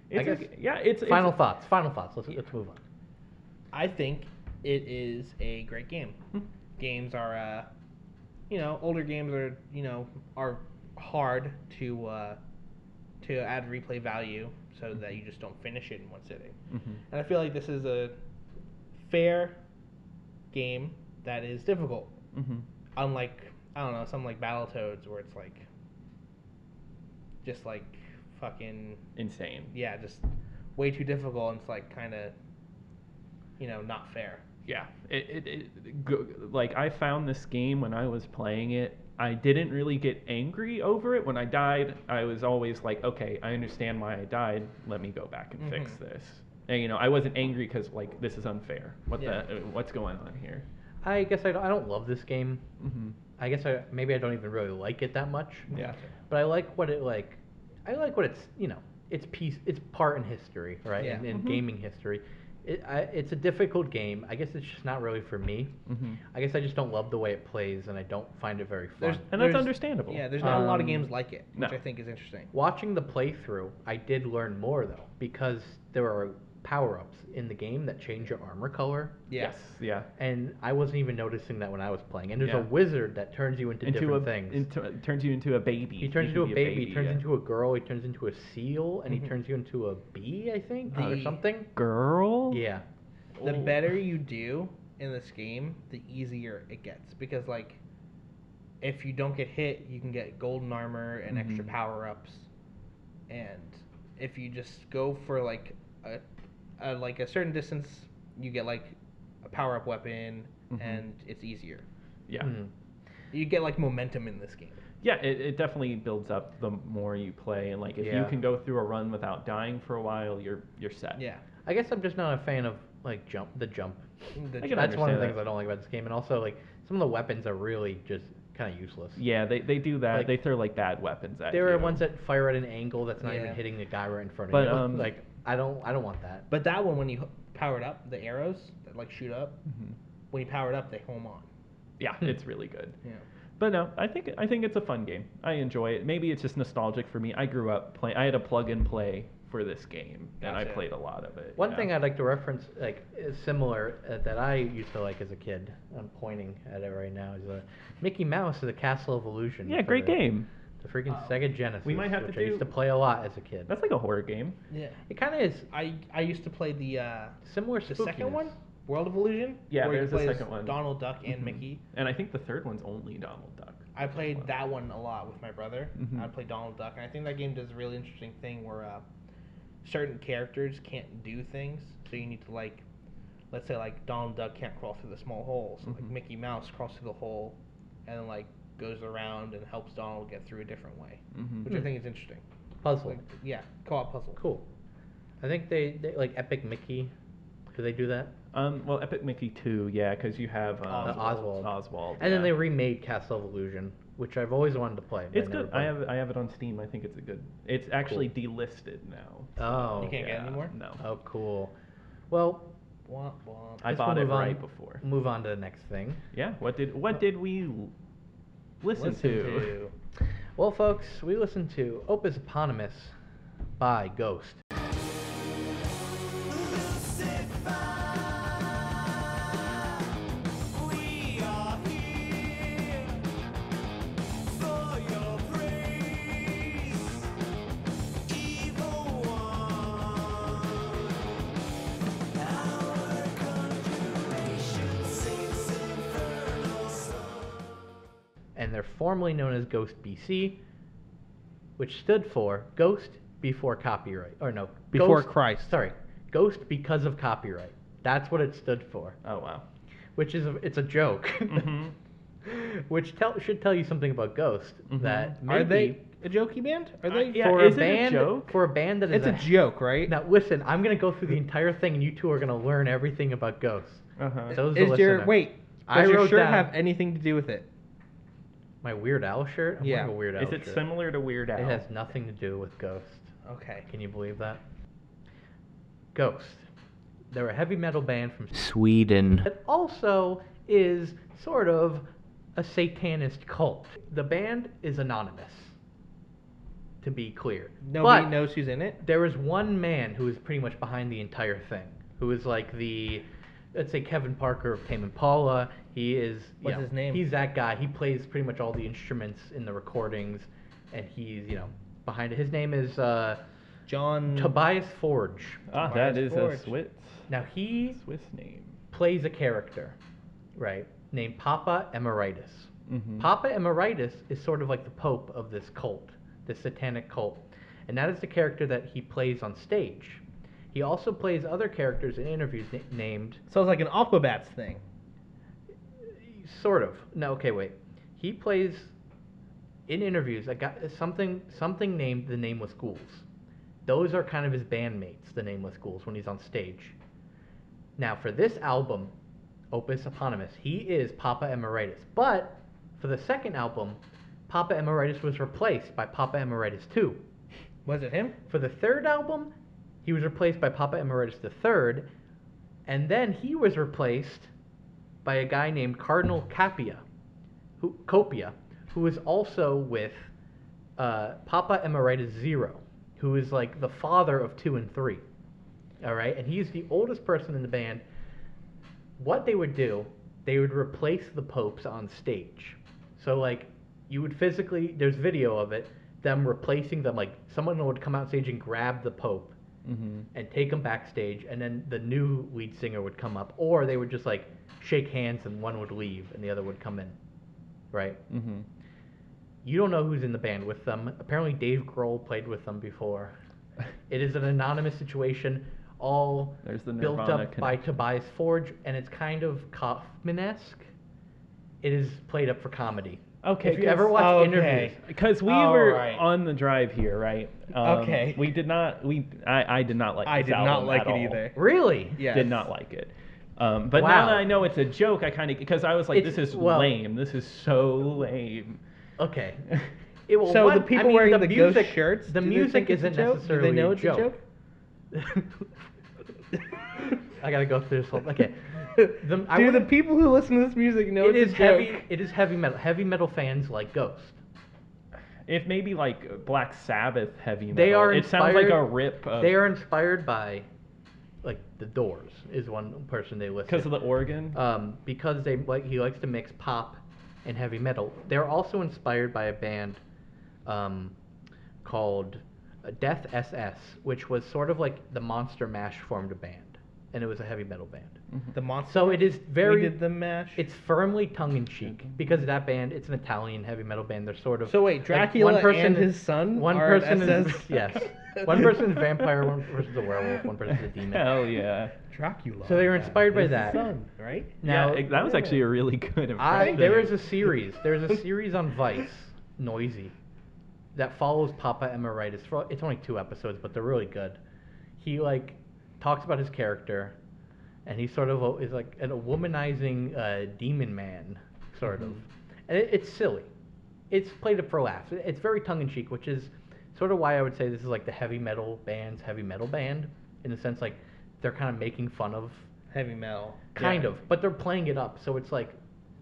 S3: It's a-
S1: guess-
S3: yeah. It's it's-
S1: Final thoughts. Final thoughts. Let's let's move on.
S2: I think it is a great game.
S3: Hmm?
S2: games are, uh, you know, older games are, you know, are hard to uh, to add replay value so that you just don't finish it in one sitting.
S3: Mhm.
S2: And I feel like this is a fair game that is difficult.
S3: Mhm.
S2: Unlike I don't know, something like Battletoads where it's like just like fucking
S3: Insane.
S2: yeah, just way too difficult and it's like kinda you know, not fair.
S3: yeah it, it, it go, like i found this game when i was playing it i didn't really get angry over it when i died i was always like okay i understand why i died let me go back and fix
S2: Mhm.
S3: this and you know i wasn't angry because like this is unfair what
S2: Yeah.
S3: the uh, what's going on here
S1: I guess I don't, I don't love this game.
S3: hmm
S1: I guess I maybe I don't even really like it that much.
S3: yeah
S1: But I like what it like. I like what it's you know it's piece it's part in history right
S2: Yeah.
S1: in, in
S3: Mhm.
S1: gaming history. It, I, it's a difficult game. I guess it's just not really for me.
S3: hmm
S1: I guess I just don't love the way it plays, and I don't find it very fun.
S2: There's-
S3: and that's
S2: There's-
S3: understandable
S2: Yeah, there's not a lot of
S1: Um,
S2: games like it, which
S3: no.
S2: I think is interesting.
S1: Watching the playthrough, I did learn more though because there are power ups in the game that change your armor color.
S2: Yeah.
S3: yes yeah
S1: And I wasn't even noticing that when I was playing. And there's
S3: Yeah.
S1: a wizard that turns you into,
S3: into a
S1: different things.
S3: into, it turns you into a baby
S1: He turns into
S3: You
S1: a
S3: can
S1: baby, He
S3: be
S1: turns
S3: yeah. Mm-hmm.
S1: into a girl. He turns into a seal, and
S2: Mhm.
S1: he turns you into a bee, I think,
S2: The-
S1: or something.
S3: girl
S1: Yeah.
S2: The
S3: Ooh.
S2: better you do in this game, the easier it gets because like if you don't get hit, you can get golden armor and extra
S3: Mhm.
S2: power-ups. And if you just go for like a, a like a certain distance, you get like a power-up weapon
S3: Mhm.
S2: and it's easier.
S3: yeah
S1: Mhm.
S2: You get like momentum in this game.
S3: Yeah, it, it definitely builds up the more you play, and like if you
S1: Yeah.
S3: can go through a run without dying for a while, you're you're set.
S2: Yeah.
S1: I guess I'm just not a fan of like jump the jump.
S2: The-
S3: I can
S1: That's one of the
S3: understand
S1: things
S3: that.
S1: I don't like about this game, and also like some of the weapons are really just kind of useless.
S3: yeah, they, they do that.
S1: Like-
S3: they throw like bad weapons at you.
S1: There are ones that fire at an angle that's not
S2: Yeah.
S1: even hitting the guy right in front of
S3: But,
S1: you.
S3: um,
S1: like I don't I don't want that.
S2: but that one when you h- powered up, the arrows that like shoot up,
S3: Mm-hmm.
S2: when you powered up, they home on.
S3: yeah,
S1: Hmm.
S3: it's really good.
S2: Yeah.
S3: But no, I think I think it's a fun game. I enjoy it. Maybe it's just nostalgic for me. I grew up playing. I had a plug and play for this game, and I
S2: Gotcha.
S3: played a lot of it.
S1: One
S3: yeah.
S1: thing I'd like to reference, like is similar uh, that I used to like as a kid. I'm pointing at it right now. Is uh, Mickey Mouse of the Castle of Illusion.
S3: yeah,
S1: for
S3: great
S1: the-
S3: game.
S1: The freaking Sega Genesis.
S3: Um, might have to
S1: which I used
S3: do-
S1: to play a lot as a kid.
S3: That's like a horror game.
S2: Yeah.
S1: it kind of is
S2: I I used to play the uh,
S1: similar.
S2: the second one, World of Illusion.
S3: Yeah,
S2: where you
S3: there's a
S2: play as
S3: second one.
S2: Donald Duck and
S3: Mhm.
S2: Mickey.
S3: And I think the third one's only Donald Duck.
S2: I played that one a lot with my brother.
S3: Mhm.
S2: I would play Donald Duck, and I think that game does a really interesting thing where uh, certain characters can't do things, so you need to like, let's say like Donald Duck can't crawl through the small hole, so
S3: Mhm.
S2: like Mickey Mouse crawls through the hole, and like goes around and helps Donald get through a different way,
S3: Mhm.
S2: which I
S1: Hmm.
S2: think is interesting.
S1: Puzzle.
S2: Like, yeah, co-op puzzle.
S1: Cool. I think they, they like Epic Mickey. Do they do that?
S3: Um, well, Epic Mickey 2, yeah, because you have um,
S1: Uh, Oswald.
S3: Oswald,
S1: And then
S3: Oh, yeah.
S1: they remade Castle of Illusion, which I've always wanted to play. but
S3: It's
S1: never
S3: good. I
S1: played.
S3: have I have it on Steam. I think it's a good. It's actually delisted now.
S1: Oh.
S2: You can't get it
S3: Yeah,
S2: anymore?
S3: No.
S1: Oh, cool. Well,
S2: Womp womp.
S3: I
S1: guess
S3: bought
S1: we'll
S3: it
S1: move on-
S3: right before.
S1: Move on to the next thing.
S3: Yeah. What did What did we l- listen, to?
S1: Well, folks, we listened to Opus Eponymous by Ghost. And they're formerly known as Ghost BC. which stood for Ghost Before Copyright. Or no,
S2: Before
S1: Ghost-
S2: Christ.
S1: Sorry, Ghost Because of Copyright. That's what it stood for.
S3: *laughs* Oh wow.
S1: Which is a, it's a joke.
S3: Mm-hmm.
S1: *laughs* Which tell, should tell you something about Ghost that maybe Uh,
S2: Are they a jokey band? Are they?
S3: Mm-hmm. yeah,
S1: for a
S3: is it a
S1: band
S3: joke?
S1: for a band that is
S2: It's a joke,
S1: *laughs*
S2: right?
S1: Now listen, I'm gonna go
S3: *laughs*
S1: through the entire thing, and you two are gonna learn everything about ghosts.
S3: Uh-huh.
S1: So is the
S2: Is your
S1: listener.
S2: wait?
S1: I
S2: Does your
S1: wrote
S2: shirt
S1: down-
S2: have anything to do with it?
S1: My Weird Al shirt. I'm
S2: Yeah.
S1: wearing a Weird Al
S3: Is it
S1: shirt.
S3: similar to Weird Al?
S1: It has nothing to do with Ghost.
S2: Okay.
S1: Can you believe that? Ghost. They're a heavy metal band from
S11: Sweden.
S1: that also is sort of a satanist cult. The band is anonymous, to be clear.
S2: Nobody
S1: But-
S2: knows who's in it.
S1: there is one man who is pretty much behind the entire thing, who is like the, let's say Kevin Parker of Tame Impala. He is. you
S2: What's
S1: know,
S2: his name?
S1: He's that guy. He plays pretty much all the instruments in the recordings, and he's you know behind it. His name is uh,
S2: John.
S1: Tobias Forge.
S3: ah, that
S2: Tobias
S3: is
S2: Forge.
S3: a Swiss
S1: Now he
S3: Swiss name.
S1: plays a character, right, named Papa Emeritus.
S3: Mhm.
S1: Papa Emeritus is sort of like the pope of this cult, this satanic cult. And that is the character that he plays on stage. He also plays other characters in interviews na- named,
S2: Sounds like an Aquabats thing.
S1: sort of. No, okay, wait. He plays in interviews. I got something something named the Nameless Ghouls. Those are kind of his bandmates, the Nameless Ghouls, when he's on stage. Now, for this album, Opus Eponymous, he is Papa Emeritus. But for the second album, Papa Emeritus was replaced by Papa Emeritus 2.
S2: Was it him?
S1: For the third album, he was replaced by Papa Emeritus III, and then he was replaced by a guy named Cardinal Capia, who, Copia, who is also with uh, Papa Emeritus Zero, who is like the father of two and three. All right, and he's the oldest person in the band. What they would do, they would replace the popes on stage. So like, you would physically there's video of it, them replacing them. Like someone would come out stage and grab the pope
S3: Mm-hmm.
S1: and take him backstage, and then the new lead singer would come up, or they would just like shake hands and one would leave and the other would come in, right?
S3: Mm-hmm.
S1: You don't know who's in the band with them. Apparently, Dave Grohl played with them
S2: *laughs*
S1: before. It is an anonymous situation, all
S3: There's the
S1: built
S3: Nirvana
S1: up by
S3: connection.
S1: Tobias Forge, and it's kind of Kaufman esque. It is played up for comedy.
S3: Okay,
S1: If you
S3: 'cause-
S1: ever watch
S2: okay.
S1: interviews,
S3: Because we
S2: All
S3: were
S2: right.
S3: on the drive here, right? Um,
S2: Okay.
S3: We did not. We I, I did not like.
S2: I
S3: this
S2: did not
S3: album
S2: like
S3: at
S2: it
S3: all.
S2: either.
S1: really?
S2: Yeah.
S3: Did not like it. Um, but now
S1: Wow.
S3: that I know it's a joke, I kind of because I was like,
S1: It's-
S3: this is
S1: well-
S3: lame. This is so lame.
S2: *laughs*
S1: Okay. It will
S2: So
S1: one-
S2: the people
S1: I mean,
S2: wearing
S1: the,
S2: the ghost
S1: music,
S2: shirts,
S1: The
S2: do they
S1: music
S2: think it's a
S1: isn't
S2: joke? Do they
S1: necessarily
S2: know it's a joke?
S1: *laughs* I gotta go through this whole.
S2: *laughs*
S1: Okay. The- I
S2: Do
S1: wanna-
S2: the people who listen to this music know
S1: it
S2: it's
S1: is
S2: a joke?
S1: heavy. It is heavy metal. Heavy metal fans like Ghost.
S3: If maybe like Black Sabbath heavy metal,
S1: They are.
S3: it sounds like a
S1: inspired-
S3: rip. Of,
S1: They are inspired by, like the Doors is one person they listen.
S3: because of the organ.
S1: um, because they like he likes to mix pop and heavy metal. They're also inspired by a band um, called uh, Death SS, which was sort of like the Monster Mash formed a band, and it was a heavy metal band.
S3: Mm-hmm.
S2: The monster.
S1: So it is very.
S2: We did the mash.
S1: It's firmly tongue in cheek because that band, it's an Italian heavy metal band. They're sort of
S2: So wait, Dracula and his son
S1: One
S2: are at
S1: person is
S2: SS?
S1: *laughs*
S3: *laughs*
S1: yes, one person's vampire, one person's a werewolf, one person's a demon.
S3: Hell yeah.
S2: Dracula.
S1: So they were inspired by
S2: It's the
S1: that.
S2: son, right?
S1: Now
S3: yeah, it- that was actually a really *laughs* good impression.
S1: I, there is a series. There is a series on Vice, Noisy, that follows Papa Emeritus. For, it's only two episodes, but they're really good. He like talks about his character, and he sort of a, is like an, a womanizing uh, demon man, sort of. And it, it's silly. It's played up for laughs. It- It's very tongue in cheek, which is sort of why I would say this is like the heavy metal band's heavy metal band, in the sense like they're kind of making fun of
S2: Heavy metal.
S1: kind of but they're playing it up so it's like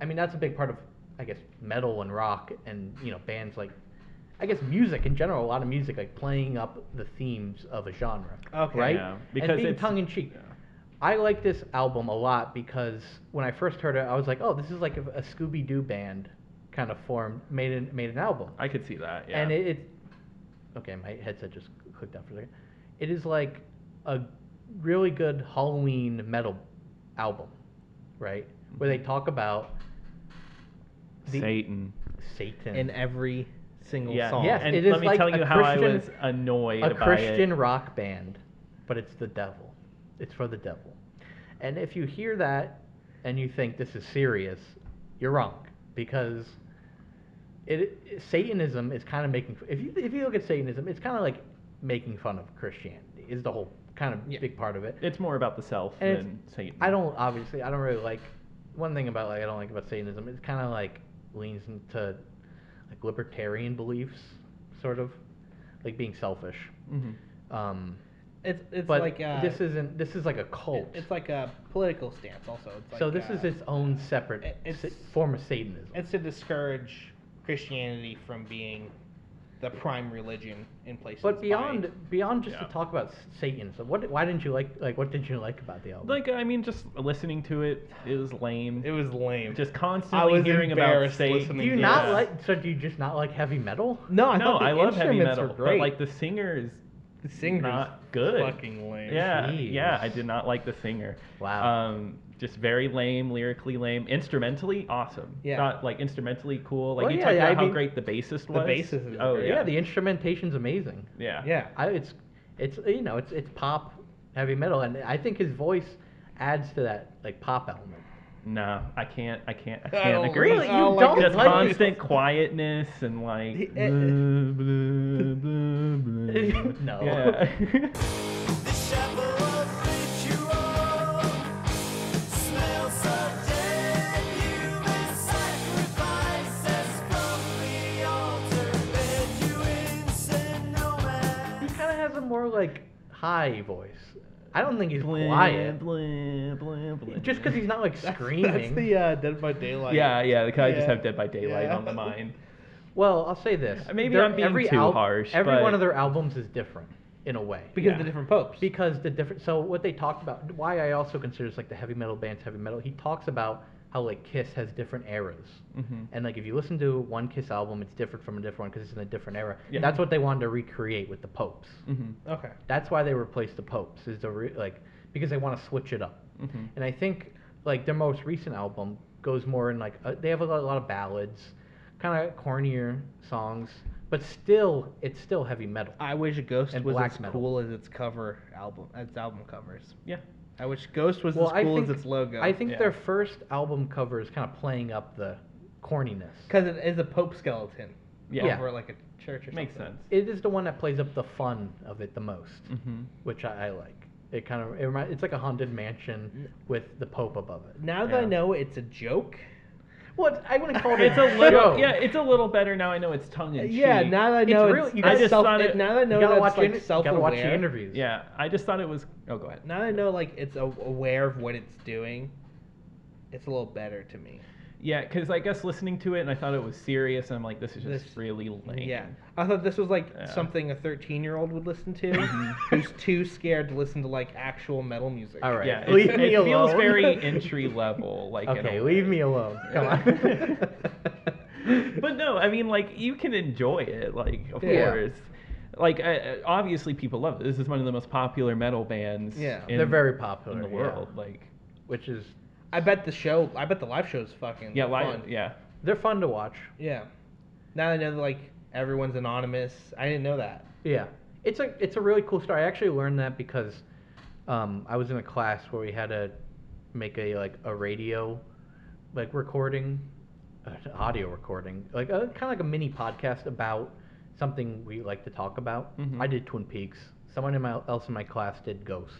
S1: i mean that's a big part of i guess metal and rock and you know bands like i guess music in general a lot of music like playing up the themes of a genre
S2: Okay.
S1: right
S3: Yeah, because
S1: and being
S3: it's-
S1: tongue-in-cheek
S3: yeah.
S1: i like this album a lot because when i first heard it i was like oh this is like a, a scooby-doo band kind of formed made an, made an album
S3: I could see that. Yeah.
S1: and it, it, okay, my headset just clicked out for a second. It is like a really good Halloween metal album, right? Where they talk about the
S3: Satan.
S1: Satan
S2: In every single
S3: yeah,
S2: song.
S3: Yeah, and let me tell you how I was annoyed
S1: a
S3: by
S1: Christian
S3: it.
S1: rock band, but it's the devil. It's for the devil. And if you hear that and you think this is serious, you're wrong because it, Satanism is kind of making if you if you look at Satanism, it's kind of like making fun of Christianity. Is the whole kind of big part of it.
S3: It's more about the self
S1: And it's-
S3: than Satan.
S1: I don't obviously I don't really like one thing about like I don't like about Satanism. It kind of like leans into like libertarian beliefs, sort of like being selfish.
S3: Mm-hmm.
S1: Um,
S2: It's it's
S1: but
S2: like uh,
S1: this isn't this is like a cult.
S2: it's like a political stance also. It's like,
S1: so this is
S2: uh,
S1: its own separate
S2: it- it's-
S1: sa- form of Satanism.
S2: It's to discourage Christianity from being the prime religion in places.
S1: But beyond
S2: by-
S1: beyond just to talk about Satanism, what why didn't you like like what didn't you like about the album?
S3: Like I mean, just listening to it, it was lame. It
S2: was lame.
S3: Just constantly hearing about
S2: embarrassed
S3: Satan.
S2: listening
S1: do you not like so do you just not like heavy metal?
S2: No, I
S3: no,
S2: thought the
S3: I love heavy
S2: instruments
S3: metal,
S2: were great.
S3: but like the singer is
S2: the singer's
S3: not good.
S2: fucking lame.
S3: Yeah,
S2: Jeez.
S3: yeah, I did not like the singer.
S1: Wow.
S3: Um, just very lame, lyrically lame, instrumentally awesome.
S1: Yeah.
S3: Not like instrumentally cool. Like
S1: Well,
S3: you
S1: yeah,
S3: talked about
S1: I
S3: how
S1: mean,
S3: great the bassist
S1: the
S3: was.
S2: bassist is
S3: Oh
S1: yeah.
S3: yeah.
S1: the instrumentation's amazing.
S3: Yeah.
S2: Yeah.
S1: I, it's it's you know it's it's pop heavy metal, and I think his voice adds to that like pop element.
S2: *laughs*
S3: No, I can't. I can't. I
S1: I
S3: can't
S1: don't
S3: agree.
S1: really- I don't like
S3: Just
S1: it. like it.
S3: constant quietness and like.
S1: *laughs*
S3: blah,
S1: No.
S3: blah, blah. Yeah.
S1: He kind of has a more like high voice. I don't think he's
S3: Blah,
S1: quiet.
S3: blah, blah, blah.
S1: Just because he's not like
S2: That's
S1: screaming.
S2: the uh, Dead by Daylight.
S3: Yeah, yeah. The kind of just
S2: Yeah.
S3: have Dead by Daylight
S2: Yeah.
S3: on the mind.
S1: well, I'll say this.
S3: Maybe
S1: Their-
S3: I'm being
S1: every
S3: too harsh,
S1: Every
S3: but-
S1: one of their albums is different in a way.
S2: Because of the different popes.
S1: because the different so what they talked about why i also consider this like the heavy metal bands heavy metal he talks about how like kiss has different eras
S3: Mhm.
S1: and like if you listen to one kiss album it's different from a different one because it's in a different era
S3: Yeah.
S1: that's what they wanted to recreate with the popes
S3: Mhm.
S2: Okay.
S1: that's why they replaced the popes is the re- like because they want to switch it up
S2: Mm-hmm.
S3: Mhm.
S1: and i think like their most recent album goes more in like uh they have a lot, a lot of ballads kind of cornier songs but still it's still heavy metal
S2: I wish Ghost
S1: And
S2: was
S1: black
S2: as
S1: metal.
S2: cool as its cover album, its album covers.
S3: Yeah.
S2: I wish Ghost was
S1: well,
S2: as cool
S1: I think,
S2: as its logo.
S1: I think
S3: Yeah.
S1: their first album cover is kind of playing up the corniness.
S2: because it is a pope skeleton
S3: Yeah.
S2: over like a church or
S3: Makes
S2: something.
S3: sense.
S1: It is the one that plays up the fun of it the most,
S2: Mm.
S3: Mhm.
S1: which I, I like. It kind of it remind, it's like a haunted mansion with the Pope above it.
S2: Now that I
S3: Yeah.
S2: know it's a joke.
S1: Well, I wouldn't
S2: *laughs*
S1: call it
S3: It's a
S1: joke.
S3: little. Yeah, it's a little better now. I know it's tongue in cheek.
S2: Yeah, now that I
S1: It's
S2: know
S1: really-
S2: it's,
S1: you
S2: I
S1: guys
S2: just
S3: self-
S2: thought it, now that I know
S1: you gotta
S2: that's
S1: watch,
S2: like
S1: the, inter-
S2: self-aware.
S1: gotta watch the interviews.
S3: Yeah, I just thought it was. Oh, go ahead.
S2: Now that I know like it's a, aware of what it's doing, it's a little better to me.
S3: Yeah, because I guess listening to it and I thought it was serious. And I'm like, this is just
S2: This-
S3: really lame.
S2: Yeah, I thought this was like
S3: Yeah.
S2: something a thirteen-year-old would listen to,
S1: Mm-hmm.
S2: who's too scared to listen to like actual metal music.
S1: All right.
S3: Yeah, it's-
S1: leave
S3: it
S1: me
S3: feels
S1: alone. *laughs*
S3: very entry level. Like in a
S1: okay,
S3: way.
S1: leave me
S3: *laughs*
S1: alone. Come on.
S3: but no, I mean, like you can enjoy it, like of
S1: Yeah.
S3: course. Like I, I- obviously, people love it. This is one of the most popular metal bands.
S2: Yeah.
S3: in-
S1: They're very popular
S3: in the
S1: yeah.
S3: world. Like
S1: which is
S2: *laughs* I bet the show. I bet the live show is fucking
S3: yeah, live,
S2: fun.
S3: yeah,
S1: they're fun to watch.
S2: Yeah. Now that I know that like everyone's anonymous. I didn't know that.
S1: Yeah, it's a it's a really cool story. I actually learned that because um, I was in a class where we had to make a like a radio like recording, uh, an audio recording, like a, kind of like a mini podcast about something we like to talk about.
S3: Mhm.
S1: I did Twin Peaks. Someone in my, else in my class did Ghost,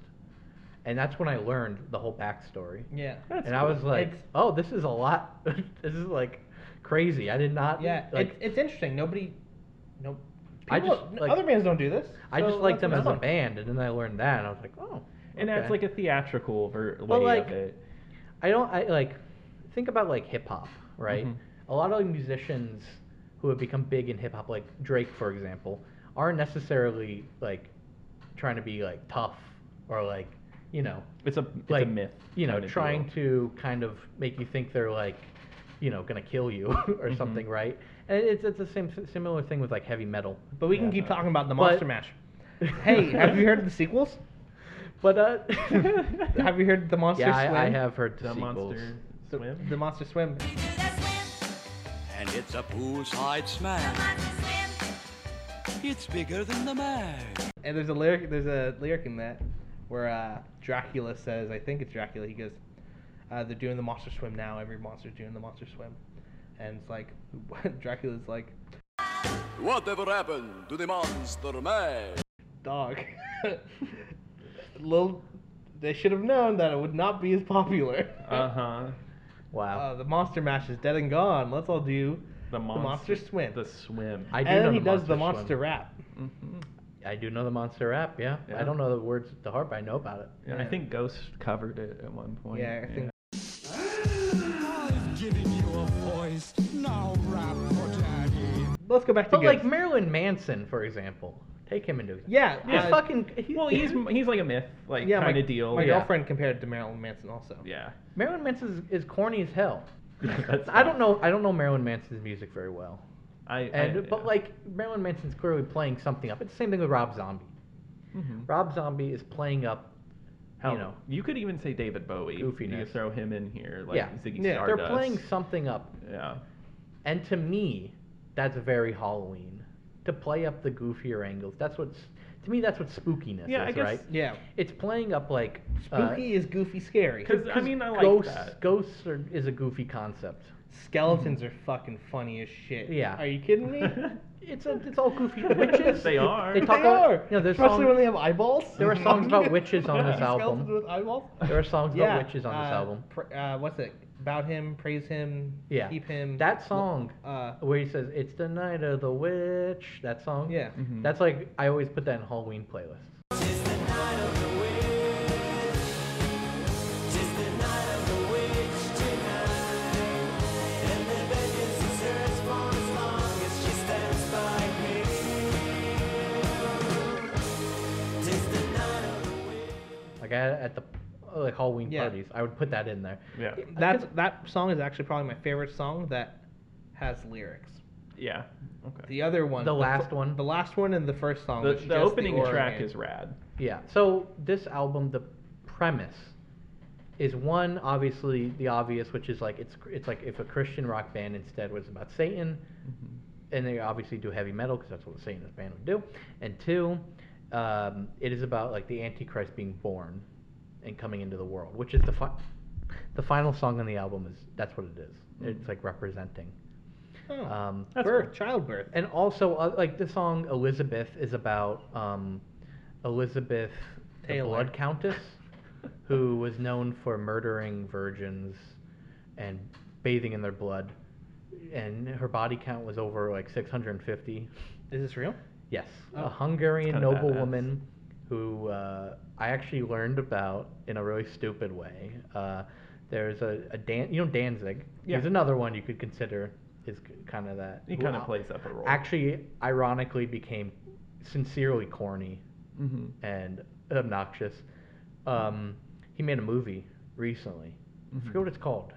S1: and that's when I learned the whole backstory.
S2: Yeah.
S3: That's
S1: and I was
S3: cool.
S1: like,
S2: It's-
S1: oh, this is a lot. *laughs* this is like crazy. I did not.
S2: Yeah.
S1: like,
S2: it's, it's interesting. Nobody. Nope.
S1: I
S2: People,
S1: just,
S2: n-
S1: like-
S2: other bands don't do this.
S1: I
S2: so
S1: just liked them
S2: that's what's
S1: as a
S2: fun.
S1: band, and then I learned that, and I was like, oh.
S3: and that's
S1: okay.
S3: like a theatrical ver- way
S1: But, like,
S3: of it.
S1: I don't I like think about like hip hop, right?
S3: Mhm.
S2: Mm-hmm.
S1: A lot of musicians who have become big in hip hop, like Drake for example, aren't necessarily like trying to be like tough or like you know
S3: It's a it's
S1: like
S3: a myth.
S1: You know,
S3: kind of
S1: trying
S3: deal.
S1: to kind of make you think they're like you know gonna kill you *laughs* or
S3: Mhm.
S1: something, right? And it's it's the same similar thing with like heavy metal.
S2: But we can
S3: Yeah.
S2: keep talking about the
S1: But-
S2: Monster Mash.
S1: *laughs*
S2: *laughs* Hey, have you heard of the sequels?
S1: But uh,
S2: *laughs* Have you heard the Monster
S1: yeah,
S2: Swim?
S1: I, I have heard the,
S3: the
S1: sequels.
S3: monster
S2: The,
S3: swim.
S2: the Monster Swim.
S11: And it's a poolside smash.
S12: It's bigger than the man.
S2: And there's a lyric there's a lyric in that where uh, Dracula says, I think it's Dracula, he goes, uh, they're doing the monster swim now, every monster's doing the monster swim. And it's like *laughs* Dracula's like,
S13: Whatever happened to the monster man?
S2: dog. *laughs* Little they should have known that it would not be as popular.
S3: Uh-huh.
S1: Wow.
S2: Uh, the monster mash is dead and gone. Let's all do the monster, swim.
S3: The swim.
S1: I do
S2: and
S1: know
S2: then he
S1: the
S2: does the
S1: monster swim.
S2: monster rap.
S1: I do know the monster rap. Yeah.
S3: Yeah.
S1: I don't know the words to harp. I know about it.
S3: Yeah, I think Ghost covered it at one point.
S1: Yeah, I think-
S12: I've given you a voice. Now rap for daddy.
S2: Let's go back
S1: to. But like Marilyn Manson, for example, take him into.
S2: Yeah,
S1: He's
S2: uh,
S1: fucking. He, *laughs*
S3: Well, he's he's like a myth, like
S2: yeah, my-
S3: kind of deal.
S2: My
S3: yeah.
S2: girlfriend compared it to Marilyn Manson also.
S1: *laughs*
S3: Yeah. *laughs*
S1: Marilyn Manson is, is corny as hell.
S3: That's
S1: I don't know. I don't know Marilyn Manson's music very well.
S3: I,
S1: And
S3: I-
S1: but like Marilyn Manson's clearly playing something up. It's the same thing with Rob Zombie. Rob Zombie is playing up.
S3: mm-hmm. Hell,
S1: you know,
S3: you could even say David Bowie. You
S1: Goofiness.
S3: throw him in here, like
S1: yeah,
S3: Ziggy
S1: they're
S3: Stardust.
S1: playing something up.
S3: Yeah.
S1: And to me, that's very Halloween. To play up the goofier angles. That's what's to me. That's what spookiness
S3: Yeah,
S1: is,
S3: I guess-
S1: right?
S2: Yeah.
S1: It's playing up like uh,
S2: Spooky is goofy scary.
S3: 'Cause, I mean, I like
S1: ghosts.
S3: that.
S1: Ghosts are, is a goofy concept.
S2: Skeletons are fucking funny as shit.
S1: Yeah.
S2: Are you kidding me?
S1: It's a, it's all
S3: *laughs*
S1: goofy witches.
S3: They are.
S1: They talk
S2: They
S1: about,
S2: are.
S1: You know, there's
S2: Especially
S1: songs-
S2: when they have eyeballs.
S1: There are songs
S2: *laughs*
S1: about witches
S3: *laughs*
S1: on this
S2: Skeletons
S1: album.
S2: with eyeballs.
S1: There are songs
S2: Yeah,
S1: about witches on this
S2: uh,
S1: album.
S2: pr- uh, what's it? About him, praise him,
S1: Yeah.
S2: keep him.
S1: That song
S2: Uh,
S1: where he says it's the night of the witch. That song.
S2: Yeah.
S1: That's like I always put that in Halloween playlists. Like I, at the uh, like Halloween
S2: Yeah.
S1: parties, I would put that in there.
S3: *laughs* Yeah.
S2: That's that song is actually probably my favorite song that has lyrics.
S3: Yeah. Okay.
S2: The other one,
S1: The
S2: fir-
S1: last one?
S2: the last one, and the first song.
S3: The,
S2: which is
S3: the
S2: just
S3: opening
S2: the
S3: track
S2: organ.
S3: is rad.
S1: Yeah. So this album, the premise is one obviously the obvious, which is like it's it's like if a Christian rock band instead was about Satan, and they obviously do heavy metal because that's what a Satanist band would do. And two, um, it is about like the Antichrist being born and coming into the world, which is the fi- the final song on the album is that's what it is. It's like representing.
S2: Oh,
S3: uh,
S1: Um,
S2: That's birth, childbirth.
S1: and also, uh, like the song Elizabeth is about um, Elizabeth
S2: Taylor.
S1: the Blood
S3: *laughs*
S1: Countess, who was known for murdering virgins and bathing in their blood. And her body count was over like 650.
S2: Is this real?
S1: Yes,
S2: Oh.
S1: a Hungarian
S3: Kinda badass.
S1: noblewoman who uh, I actually learned about in a really stupid way. Uh, there's a, a Dan, you know Danzig.
S3: Yeah.
S1: There's another one you could consider is kind of that.
S3: He
S1: who
S3: kinda
S1: al-
S3: plays up a role.
S1: Actually, ironically, became sincerely corny
S3: Mhm.
S1: and obnoxious. Um, he made a movie recently. I forget what it's called,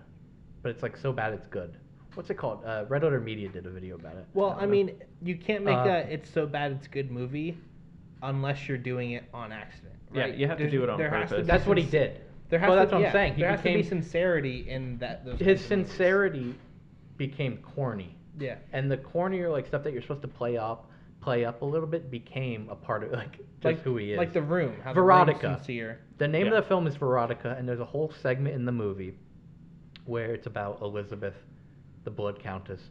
S1: but it's like so bad it's good. What's it called? Uh, Red Letter Media did a video about it.
S2: Well, I mean, you can't make
S1: Uh,
S2: a it's so bad it's good movie unless you're doing it on accident.
S3: Yeah,
S2: Right?
S3: you have to
S2: There's-
S3: do it on
S2: there has to
S3: purpose.
S2: be
S1: That's what he
S2: sinc-
S1: did.
S2: There has
S1: Well,
S2: to,
S1: that's what I'm
S2: yeah,
S1: saying. He
S2: there has to be
S1: became-
S2: sincerity in that. Those
S1: his
S2: kinds of movies.
S1: sincerity became corny.
S2: Yeah.
S1: And the cornier like stuff that you're supposed to play up, play up a little bit became a part of like just
S2: Like-
S1: who he is.
S2: like The Room, how The Room's
S1: Veronica.
S2: sincere.
S1: The name
S3: Yeah.
S1: of the film is Veronica, and there's a whole segment in the movie where it's about Elizabeth, the Blood Countess,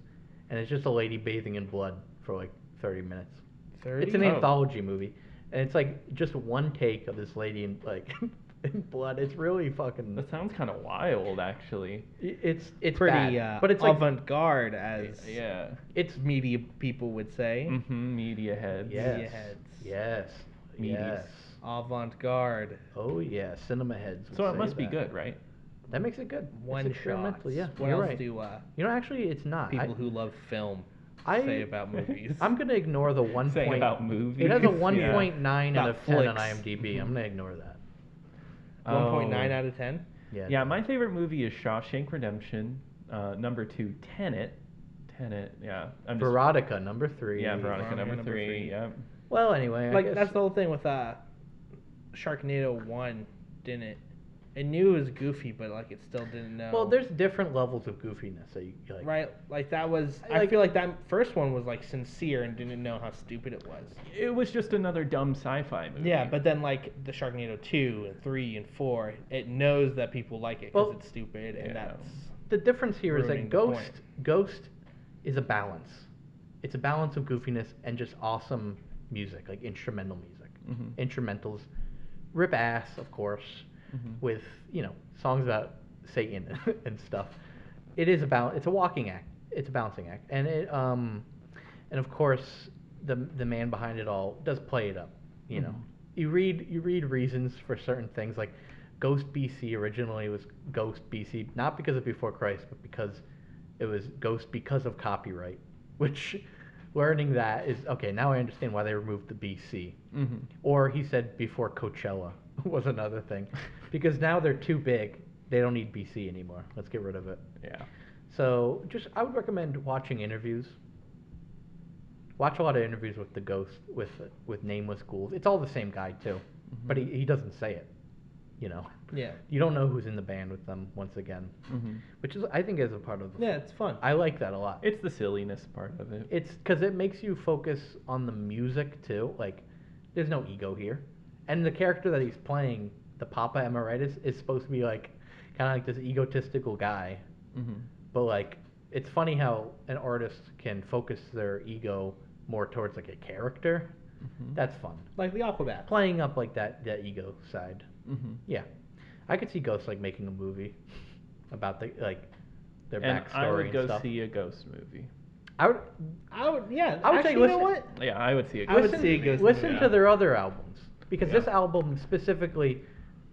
S1: and it's just a lady bathing in blood for like 30 minutes.
S2: 30?
S1: It's an
S2: Oh.
S1: anthology movie, and it's like just one take of this lady in like *laughs* in blood. It's really fucking.
S3: That sounds kind of wild, actually.
S1: It's it's
S2: pretty,
S1: bad,
S2: uh,
S1: but it's like
S2: avant-garde as
S3: Yeah.
S1: it's Mm.
S2: media people would say.
S3: Mm-hmm. Media heads.
S1: Yes.
S2: Media heads.
S1: Yes.
S3: Meaties.
S1: Yes.
S2: Avant-garde.
S1: Oh yeah, cinema heads. would
S3: So it
S1: say
S3: must be
S1: that.
S3: good, right?
S1: That makes it good.
S2: One
S1: it's experimental.
S2: shots.
S1: Yeah.
S2: What
S1: you're
S2: else
S1: right.
S2: do uh,
S1: You know, actually, it's not.
S2: people
S1: I,
S2: who love film
S1: I-
S2: say about movies?
S1: I'm gonna ignore the one
S3: Saying
S1: point. *laughs*
S3: about movies.
S1: It has a
S3: *laughs* Yeah.
S1: 1.9 out
S2: About
S1: of 10 on
S2: flicks.
S1: IMDb. I'm gonna ignore that.
S2: *laughs* One point nine
S3: Oh.
S2: out of ten.
S1: Yeah.
S3: Yeah, my favorite movie is Shawshank Redemption. Uh, number two, Tenet. Tenet. Yeah. I'm just-
S1: Veronica number three.
S3: Yeah, Veronica
S2: Veronica
S3: number,
S2: number
S3: three.
S2: three.
S3: Yep.
S1: Well, anyway, I
S2: Like
S1: guess
S2: that's the whole thing with uh, Sharknado one, didn't it? It knew it was goofy, but like it still didn't know.
S1: Well, there's different levels of goofiness that you like.
S2: right, like that was. I,
S1: Like-
S2: feel like that first one was like sincere and didn't know how stupid it was.
S3: It was just another dumb sci-fi movie.
S2: Yeah, but then like the Sharknado two and three and four, it knows that people like it because it's stupid, and that's
S1: The difference here is
S2: ruining
S1: that
S2: the
S1: Ghost
S2: point.
S1: Ghost is a balance. It's a balance of goofiness and just awesome music, like instrumental music.
S3: Mhm.
S1: Instrumentals rip ass, of course,
S3: Mhm.
S1: with, you know, songs about Satan *laughs* and stuff. It is about it's a walking act. It's a balancing act. And it um and of course the the man behind it all does play it up, you know
S3: Mhm.
S1: you read you read reasons for certain things like Ghost BC originally was Ghost BC not because of Before Christ but because it was Ghost because of copyright, *laughs* which learning that is okay. Now I understand why they removed the BC.
S3: Mhm.
S1: Or he said before Coachella *laughs* was another thing, because now they're too big. They don't need BC anymore. Let's get rid of it.
S3: Yeah.
S1: So just I would recommend watching interviews. Watch a lot of interviews with the ghost with with nameless ghouls. It's all the same guy too, but he, he doesn't say it. You know.
S2: Yeah.
S1: You don't know who's in the band with them once again,
S3: Mhm.
S1: which is I think is a part of the
S2: yeah, it's fun.
S1: I like that a lot.
S3: It's the silliness part of it.
S1: It's because it makes you focus on the music too. Like, there's no ego here, and the character that he's playing, the Papa Emeritus, is supposed to be like, kind of like this egotistical guy.
S3: Mhm.
S1: But like, it's funny how an artist can focus their ego more towards like a character.
S3: Mhm.
S1: That's fun.
S2: Like the Aquabat.
S1: Playing up like that that ego side.
S3: Mhm.
S1: Yeah, I could see Ghost like making a movie *laughs* about the like their
S3: and
S1: backstory
S3: I would
S1: and
S3: go
S1: stuff.
S3: see a ghost movie.
S1: I would.
S2: I would, yeah.
S1: I would
S2: actually,
S1: say
S2: you know
S1: listen-
S2: what?
S3: Yeah, I would see a
S2: I
S3: ghost.
S2: would
S1: listen,
S2: see a ghost
S1: listen
S2: movie.
S1: to their other albums because this
S3: Yeah.
S1: album specifically,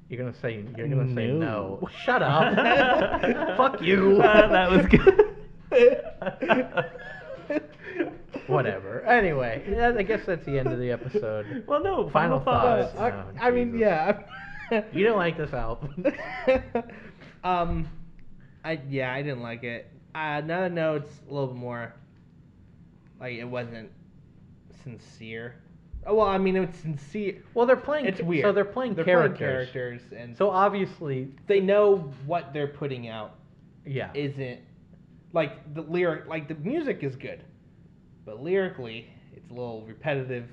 S1: you're gonna say you're gonna say
S2: No. Uh,
S1: no. Shut
S2: *laughs*
S1: up. Fuck you.
S3: Ah, *laughs* that was
S2: good.
S1: *laughs* Whatever. Anyway, yeah, I guess that's the end of the episode.
S2: *laughs*
S3: Well, no,
S1: Final
S3: final
S1: thoughts.
S3: thoughts.
S2: I,
S1: Oh,
S2: I mean,
S1: Jesus.
S2: yeah.
S1: You didn't like this album.
S2: *laughs* um, I yeah, I didn't like it. Uh, now that I know it's a little bit more. Like it wasn't sincere. Oh, well, I mean it's sincere.
S1: Well, they're playing.
S2: It's
S1: ca-
S2: weird.
S1: So they're playing
S2: They're playing
S1: characters.
S2: characters, and
S1: So obviously,
S2: they know what they're putting out
S1: yeah.
S2: isn't like the lyric. Like the music is good, but lyrically it's a little repetitive.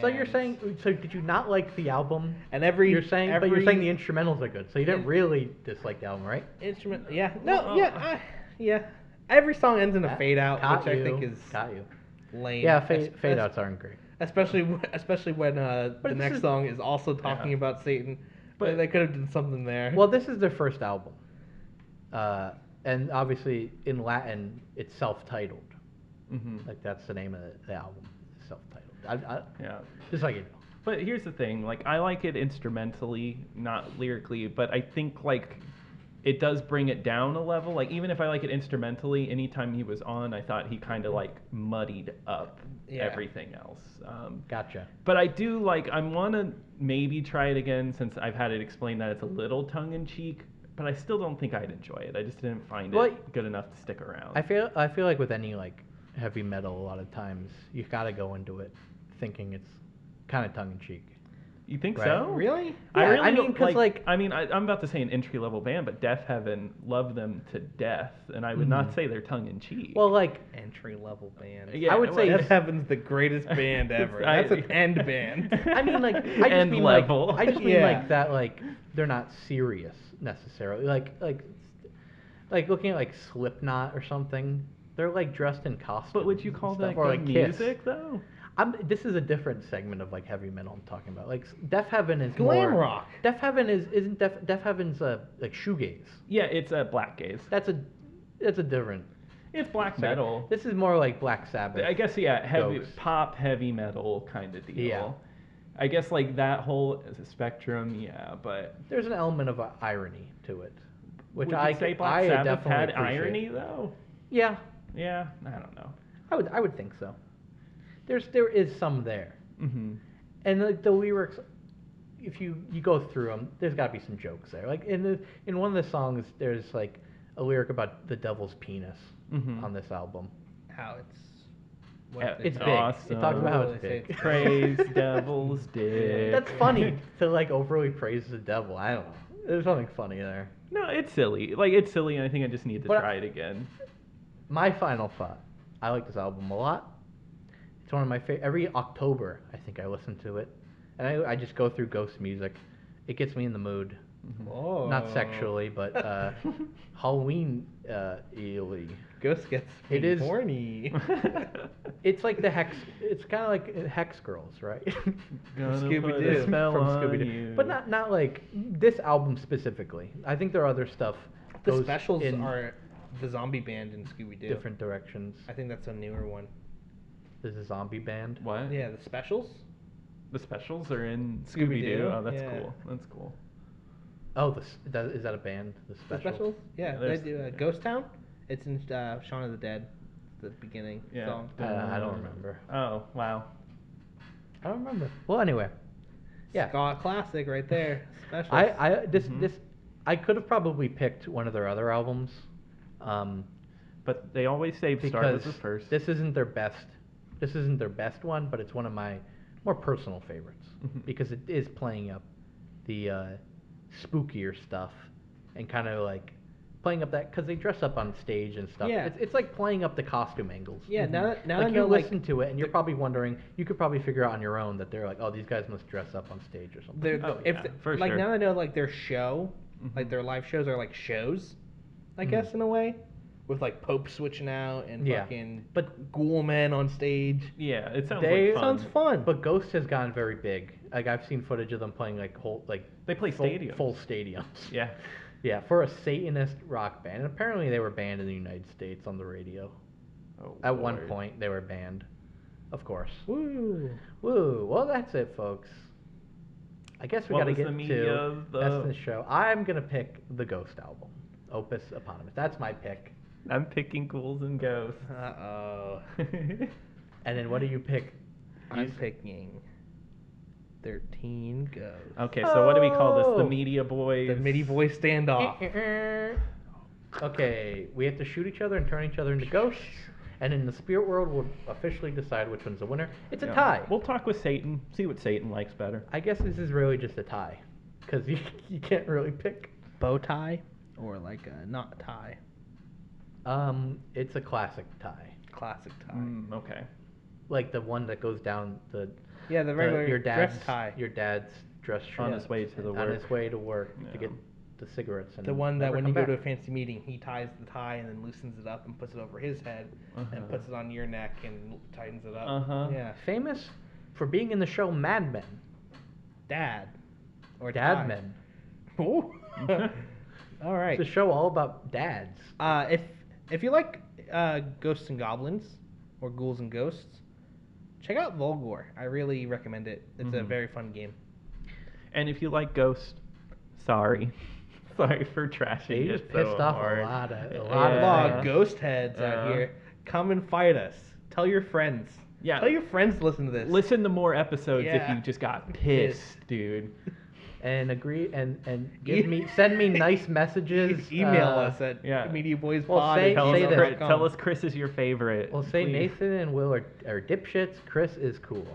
S1: so you're
S2: and-
S1: saying? So did you not like the album?
S2: and every
S1: you're saying,
S2: every,
S1: but you're saying the instrumentals are good. So you didn't
S2: Yeah.
S1: really dislike the album, right?
S2: instrument. Yeah. No.
S3: Well,
S2: yeah.
S3: uh,
S2: I, yeah. Every song ends in a
S1: Ah,
S2: fade out,
S1: Caught
S2: which
S1: you.
S2: I think is
S1: got you.
S2: lame.
S1: Yeah, fade,
S2: es-
S1: fade
S2: es-
S1: outs aren't great.
S2: Especially w- especially when uh,
S3: But
S2: the
S3: this
S2: next
S3: is-
S2: song is also talking
S3: Yeah.
S2: about Satan. But
S3: But-
S2: they could have done something there.
S1: Well, this is their first album, uh, and obviously in Latin it's self-titled.
S3: hmm
S1: Like that's the name of the, the album, self-titled. I, I,
S3: Yeah.
S1: Just like it.
S3: But here's the thing, like I like it instrumentally, not lyrically, but I think like it does bring it down a level. Like even if I like it instrumentally, anytime he was on, I thought he kind of like muddied up
S2: Yeah.
S3: everything else. Um,
S1: Gotcha.
S3: but I do like I want to maybe try it again since I've had it explained that it's a little tongue in cheek, but I still don't think I'd enjoy it. I just didn't find
S1: Well,
S3: it good enough to stick around.
S1: I feel I feel like with any like heavy metal, a lot of times you gotta go into it thinking it's kind of tongue in cheek.
S3: you think
S1: Right.
S3: so?
S2: Oh, really?
S3: I
S1: Yeah,
S3: really
S1: I mean,
S3: don't-
S1: 'cause, like-
S3: I mean, I, I'm about to say an entry level band, but Death Heaven love them to death, and I would not say they're tongue in cheek.
S1: Mm. Well, like
S2: Entry level band.
S3: Yeah,
S1: I would
S3: well,
S1: say
S3: that's-
S2: Death Heaven's the greatest
S3: *laughs*
S2: band ever.
S3: I-
S2: That's an end band.
S1: I mean,
S3: *laughs*
S1: like, I just
S3: End
S1: mean,
S3: level.
S1: like, I
S3: *laughs*
S1: just mean,
S2: Yeah.
S1: like, that, like, they're not serious necessarily. Like, like, like looking at like Slipknot or something, they're like dressed in costumes.
S3: but would you
S1: and
S3: call
S1: stuff,
S3: that
S1: or,
S3: good
S1: like, Kiss.
S3: music though?
S1: I'm, this is a different segment of like heavy metal I'm talking about. Like, s- Death Heaven is
S2: Glam
S1: more-
S2: rock.
S1: Death Heaven is isn't Def Death Heaven's uh like shoegaze.
S3: Yeah, it's a black gaze.
S1: That's a that's a different.
S3: It's black
S1: segment.
S3: metal.
S1: This is more like Black Sabbath.
S3: I guess yeah, heavy
S1: Ghost.
S3: pop, heavy metal kind of deal.
S1: Yeah.
S3: I guess like that whole spectrum, yeah. But
S1: There's an element of uh, irony to it, which
S3: would you
S1: I
S3: say
S1: c-
S3: Black
S1: I
S3: Sabbath
S1: definitely
S3: had
S1: appreciate.
S3: irony though?
S1: Yeah,
S3: Yeah, I don't know.
S1: I would I would think so. There's there is some there,
S3: hmm
S1: and like the lyrics, if you you go through them, there's got to be some jokes there. Like in the in one of the songs, there's like a lyric about the devil's penis
S3: Mhm.
S2: Mm-hmm.
S1: on this album.
S2: How it's.
S3: Yeah,
S2: they
S1: It's
S2: do.
S1: big. It talks about how
S2: Really
S1: it's
S2: say
S1: big. *laughs*
S2: it's
S3: *laughs* Praise devil's dick.
S2: *laughs*
S1: That's funny to like overly praise the devil. I don't know. There's something funny there.
S3: No, it's silly. Like it's silly, and I think I just need to
S1: But-
S3: try it *laughs* again.
S1: My final thought. I like this album a lot. It's one of my favorite. Every October, I think I listen to it, and I, I just go through ghost music. It gets me in the mood.
S2: Oh.
S1: Not sexually, but
S2: *laughs*
S1: uh, Halloween uh, ely.
S2: Ghost gets
S1: It is. *laughs*
S2: horny.
S1: It's like the hex. It's kind of like uh, Hex Girls, right? *laughs*
S3: Gonna put a
S1: Scooby-Doo.
S3: spell
S1: From
S3: on
S1: Scooby-Doo. But
S3: you.
S1: not not like this album specifically. I think there are other stuff.
S2: the
S1: goes
S2: specials
S1: in
S2: are the zombie band and Scooby Doo.
S1: different directions.
S2: I think that's a newer one.
S1: There's a zombie band.
S3: What?
S2: Yeah, the specials.
S3: The specials are in Scooby
S2: Scooby-Doo?
S3: Doo. Oh, that's
S2: Yeah.
S3: cool. That's cool.
S1: Oh, the, s- that, is that a band? The
S2: The
S1: specials.
S2: specials. Yeah, they
S3: there's-
S2: do uh,
S3: yeah.
S2: Ghost Town. It's in uh, Shaun of the Dead, the beginning
S3: Yeah.
S2: song.
S1: Uh, I don't remember.
S3: Oh wow.
S1: I don't remember. Well, anyway, yeah.
S2: Ska classic right there. Specials.
S1: I, I
S2: Mm-hmm.
S1: this this I could have probably picked one of their other albums, um,
S3: But they always say start with
S1: because
S3: the first.
S1: this isn't their best. This isn't their best one, but it's one of my more personal favorites
S2: Mm-hmm.
S3: Mhm.
S1: because it is playing up the uh, spookier stuff and kind of like playing up that because they dress up on stage and stuff.
S2: Yeah.
S1: It's, it's like playing up the costume angles.
S2: Yeah, now that- now
S1: like
S2: I
S1: you
S2: know, like,
S1: listen to it and you're probably wondering, you could probably figure out on your own that they're like, oh, these guys must dress up on stage or something.
S2: They're,
S3: Oh,
S2: if
S3: yeah,
S2: th-
S3: for
S2: like
S3: sure.
S2: now I know like their show, like
S3: Mhm.
S2: their live shows are like shows, I guess in a way, with like Pope switching out and
S1: Yeah.
S2: fucking
S1: But
S2: ghoul men on stage.
S3: yeah, it sounds
S1: They-
S3: like fun.
S2: Sounds fun.
S1: But Ghost has gone very big. Like I've seen footage of them playing like whole like
S3: They play
S1: full,
S3: stadiums.
S1: full stadiums.
S3: Yeah.
S1: *laughs* Yeah, for a Satanist rock band. And apparently they were banned in the United States on the radio.
S3: Oh,
S1: At one
S3: Lord.
S1: point they were banned. Of course.
S2: Woo.
S1: Woo. Well, that's it, folks. I guess we
S3: What
S1: got to
S3: was the
S1: get
S3: media
S1: to
S3: of
S1: that's
S3: the-
S1: the show. I'm gonna pick the Ghost album, Opus Eponymous. That's my pick.
S3: I'm picking ghouls and ghosts.
S2: Uh oh.
S1: And then what do you pick?
S2: I'm picking thirteen ghosts.
S3: *laughs* okay, so what do we call this? The
S1: Oh!
S3: media boys.
S2: The midi boy standoff.
S1: Okay, we have to shoot each other and turn each other into ghosts, and in the spirit world, we'll officially decide which one's the winner. It's a
S3: Yeah.
S1: tie.
S3: We'll talk with Satan. See what Satan likes better.
S1: I guess this is really just a tie, because *laughs* you, you can't really pick.
S2: Bow tie or like uh, a knot tie.
S1: Um, it's a classic tie,
S2: Classic tie.
S3: Mm, okay.
S1: like the one that goes down the
S2: Yeah, the
S1: the-
S2: regular
S1: Uh, your
S2: dress
S1: dad's
S2: tie.
S1: Your dad's dress shirt
S3: On his way to the
S1: on
S3: work.
S1: his way to work to
S3: Yeah.
S1: get the cigarettes. And
S2: The one that
S1: never
S2: when
S1: come
S2: you
S1: back.
S2: go to a fancy meeting, he ties the tie and then loosens it up and puts it over his head
S3: Uh-huh.
S2: and puts it on your neck and tightens it up.
S3: Uh-huh.
S2: Yeah.
S1: famous for being in the show Mad Men,
S2: Dad. Or
S1: Dad
S2: tie.
S1: Men. *laughs*
S2: Ooh. *laughs* All right.
S1: It's a show all about dads.
S2: Uh, if if you like uh, ghosts and goblins or ghouls and ghosts, check out Volgor. I really recommend it. It's a
S1: Mm-hmm.
S3: Mhm.
S2: very fun game.
S3: And if you like Ghost, sorry. *laughs* sorry for trashing
S1: They
S3: it
S1: just
S3: so
S1: pissed off
S3: hard.
S1: a lot of a lot
S3: Yeah.
S1: of
S2: Outlaw
S1: things.
S2: ghost heads out
S3: Uh-huh.
S2: here. Come and fight us. Tell your friends.
S3: Yeah.
S2: Tell your friends to listen to this.
S3: Listen to more episodes
S2: Yeah.
S3: if you just got
S2: Pissed.
S3: pissed, dude.
S1: *laughs* and agree and and
S2: E-
S1: give
S3: *laughs*
S1: me send me nice
S2: You
S1: messages.
S2: can email
S1: uh,
S2: us at
S3: yeah.
S2: mediaboyspod
S1: Well, say-
S3: Tell,
S1: say
S3: us,
S1: that.
S3: Chris, tell us Chris is your favorite.
S1: Well, say
S3: please.
S1: Nathan and Will are, are dipshits. Chris is cool.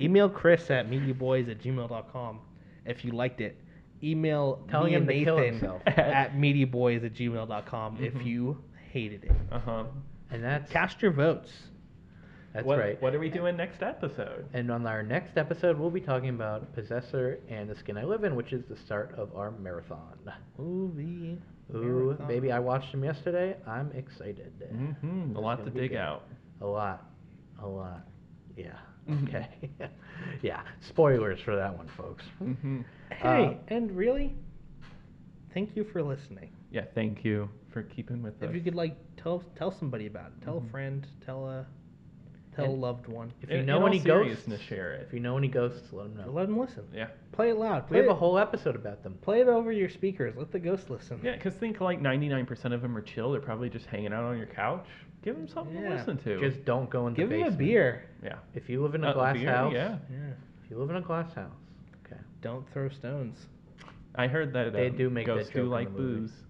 S2: Email Chris at mediaboys at gmail.com if you liked it. Email
S1: Tell
S2: me
S1: him
S2: and
S1: to kill
S2: Nathan
S1: himself.
S2: *laughs* at mediaboys at gmail.com if you hated it.
S3: Uh-huh.
S1: And that's
S2: Cast your votes.
S1: that's
S3: what,
S1: right.
S3: What are we doing next episode?
S1: And on our next episode, we'll be talking about Possessor and the Skin I Live In, which is the start of our marathon.
S2: Movie.
S1: Ooh,
S2: marathon.
S1: baby, I watched him yesterday. I'm excited.
S3: Mm-hmm.
S1: It's
S3: A lot
S1: gonna
S3: to
S1: be
S3: dig
S1: good.
S3: out.
S1: A lot. A lot. Yeah.
S3: Mhm.
S1: Okay. *laughs* yeah. Spoilers for that one, folks.
S3: Mm-hmm.
S2: Hey, and really, thank you for listening.
S3: Yeah, thank you for keeping with us.
S2: If you could like tell tell somebody about it, tell a friend, tell a tell a
S1: And
S2: loved one.
S1: If you
S3: In-
S1: know
S3: in all
S1: any ghosts,
S3: seriousness, share it.
S1: If you know any ghosts, let them know.
S2: Let them listen.
S3: yeah.
S2: Play it loud.
S1: We
S2: Play,
S1: have a
S2: it,
S1: whole episode about them.
S2: play it over your speakers. Let the ghost listen.
S3: Yeah, because think like 99% of them are chill. They're probably just hanging out on your couch. Give them something
S2: Yeah.
S3: to listen to.
S1: Just don't go in
S2: Give
S1: the
S2: me a
S1: basement.
S2: beer.
S3: yeah.
S1: If you live in a
S3: Uh,
S1: glass
S3: beer,
S1: house,
S3: Yeah.
S2: Yeah.
S1: if you live in a glass house, okay.
S2: Don't throw stones.
S3: I heard that
S1: They
S3: um,
S1: do make that
S3: ghosts
S1: joke
S3: do
S1: in
S3: like
S1: the movie.
S3: booze.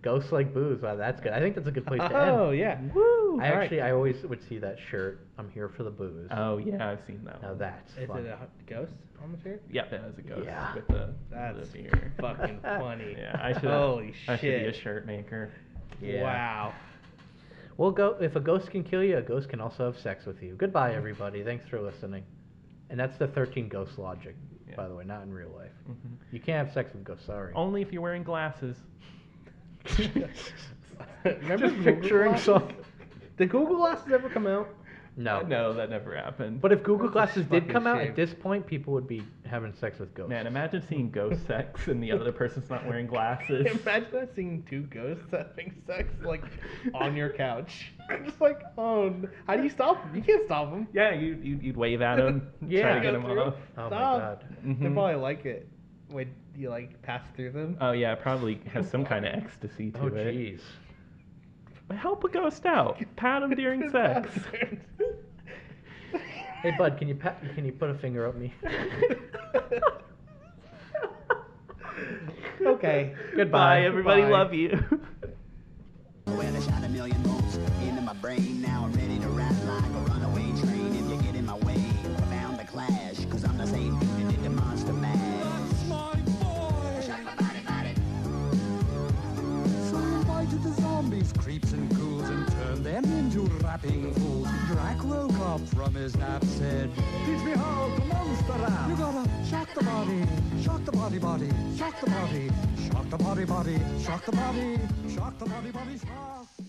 S1: Ghosts like booze. Wow, that's good. I think that's a good place to end.
S2: Oh, yeah.
S1: I
S2: Woo! All right.
S1: actually, I always would see that shirt. I'm here for the booze.
S3: Oh yeah, I've seen that.
S1: Now
S3: one.
S1: that's
S2: Is
S1: fun.
S2: it a h- ghost on the shirt?
S3: Yep, that was a ghost
S1: Yeah.
S3: with the
S2: That's
S3: the beer.
S2: fucking funny.
S3: *laughs* Yeah, I should.
S2: Holy
S3: I should be a
S2: shit.
S3: shirt maker.
S1: Yeah.
S2: Wow.
S1: We'll go. If a ghost can kill you, a ghost can also have sex with you. Goodbye, everybody. Thanks for listening. And that's the 13 ghost logic,
S3: Yeah. Oh,
S1: by the way, not in real life.
S3: Mhm.
S1: You can't have sex with ghosts. Sorry. *laughs*
S3: Only if you're wearing glasses.
S2: Remember
S1: Just
S2: Google
S1: picturing
S2: Glasses?
S1: some.
S2: Did Google Glasses ever come out? *laughs*
S1: No.
S3: No, that never happened.
S1: But if Google
S2: That's a
S1: Glasses did
S2: fucking
S1: come out
S2: shame.
S1: at this point, people would be having sex with ghosts.
S3: Man, imagine
S1: *laughs*
S3: seeing ghost sex and the other person's not wearing glasses.
S2: Imagine us seeing two ghosts having sex like on your couch. *laughs* Just like, oh, n- how do you stop them? You can't stop them.
S3: Yeah, you you'd, you'd wave at him, try to get him off.
S1: Oh my God.
S2: They
S3: Mhm.
S2: probably like it when you like pass through them.
S3: Oh yeah, it probably has some kind of ecstasy to
S1: Oh
S3: it.
S1: jeez.
S3: Help a ghost out. Pat him
S2: *laughs*
S3: during sex.
S1: Hey bud, can you pat, can you put a finger up
S3: *laughs*
S1: me?
S2: okay.
S1: Goodbye.
S3: Bye, everybody.
S1: Bye.
S3: Love you.
S4: Well, I shot a million volts into my brain. Now I'm ready to ride like a runaway train. If you get in my way, bound to clash. Cause I'm the same and did the monster mash. Shot my body, body.
S12: So we invited the zombies, creeps and ghouls, and turned them into rapping fools. Drac woke up from his nap, said, Teach me how to monster rap. You gotta shock the body, shock the body, body, shock the body, shock the body, body, shock the body, shock the body, body, shock.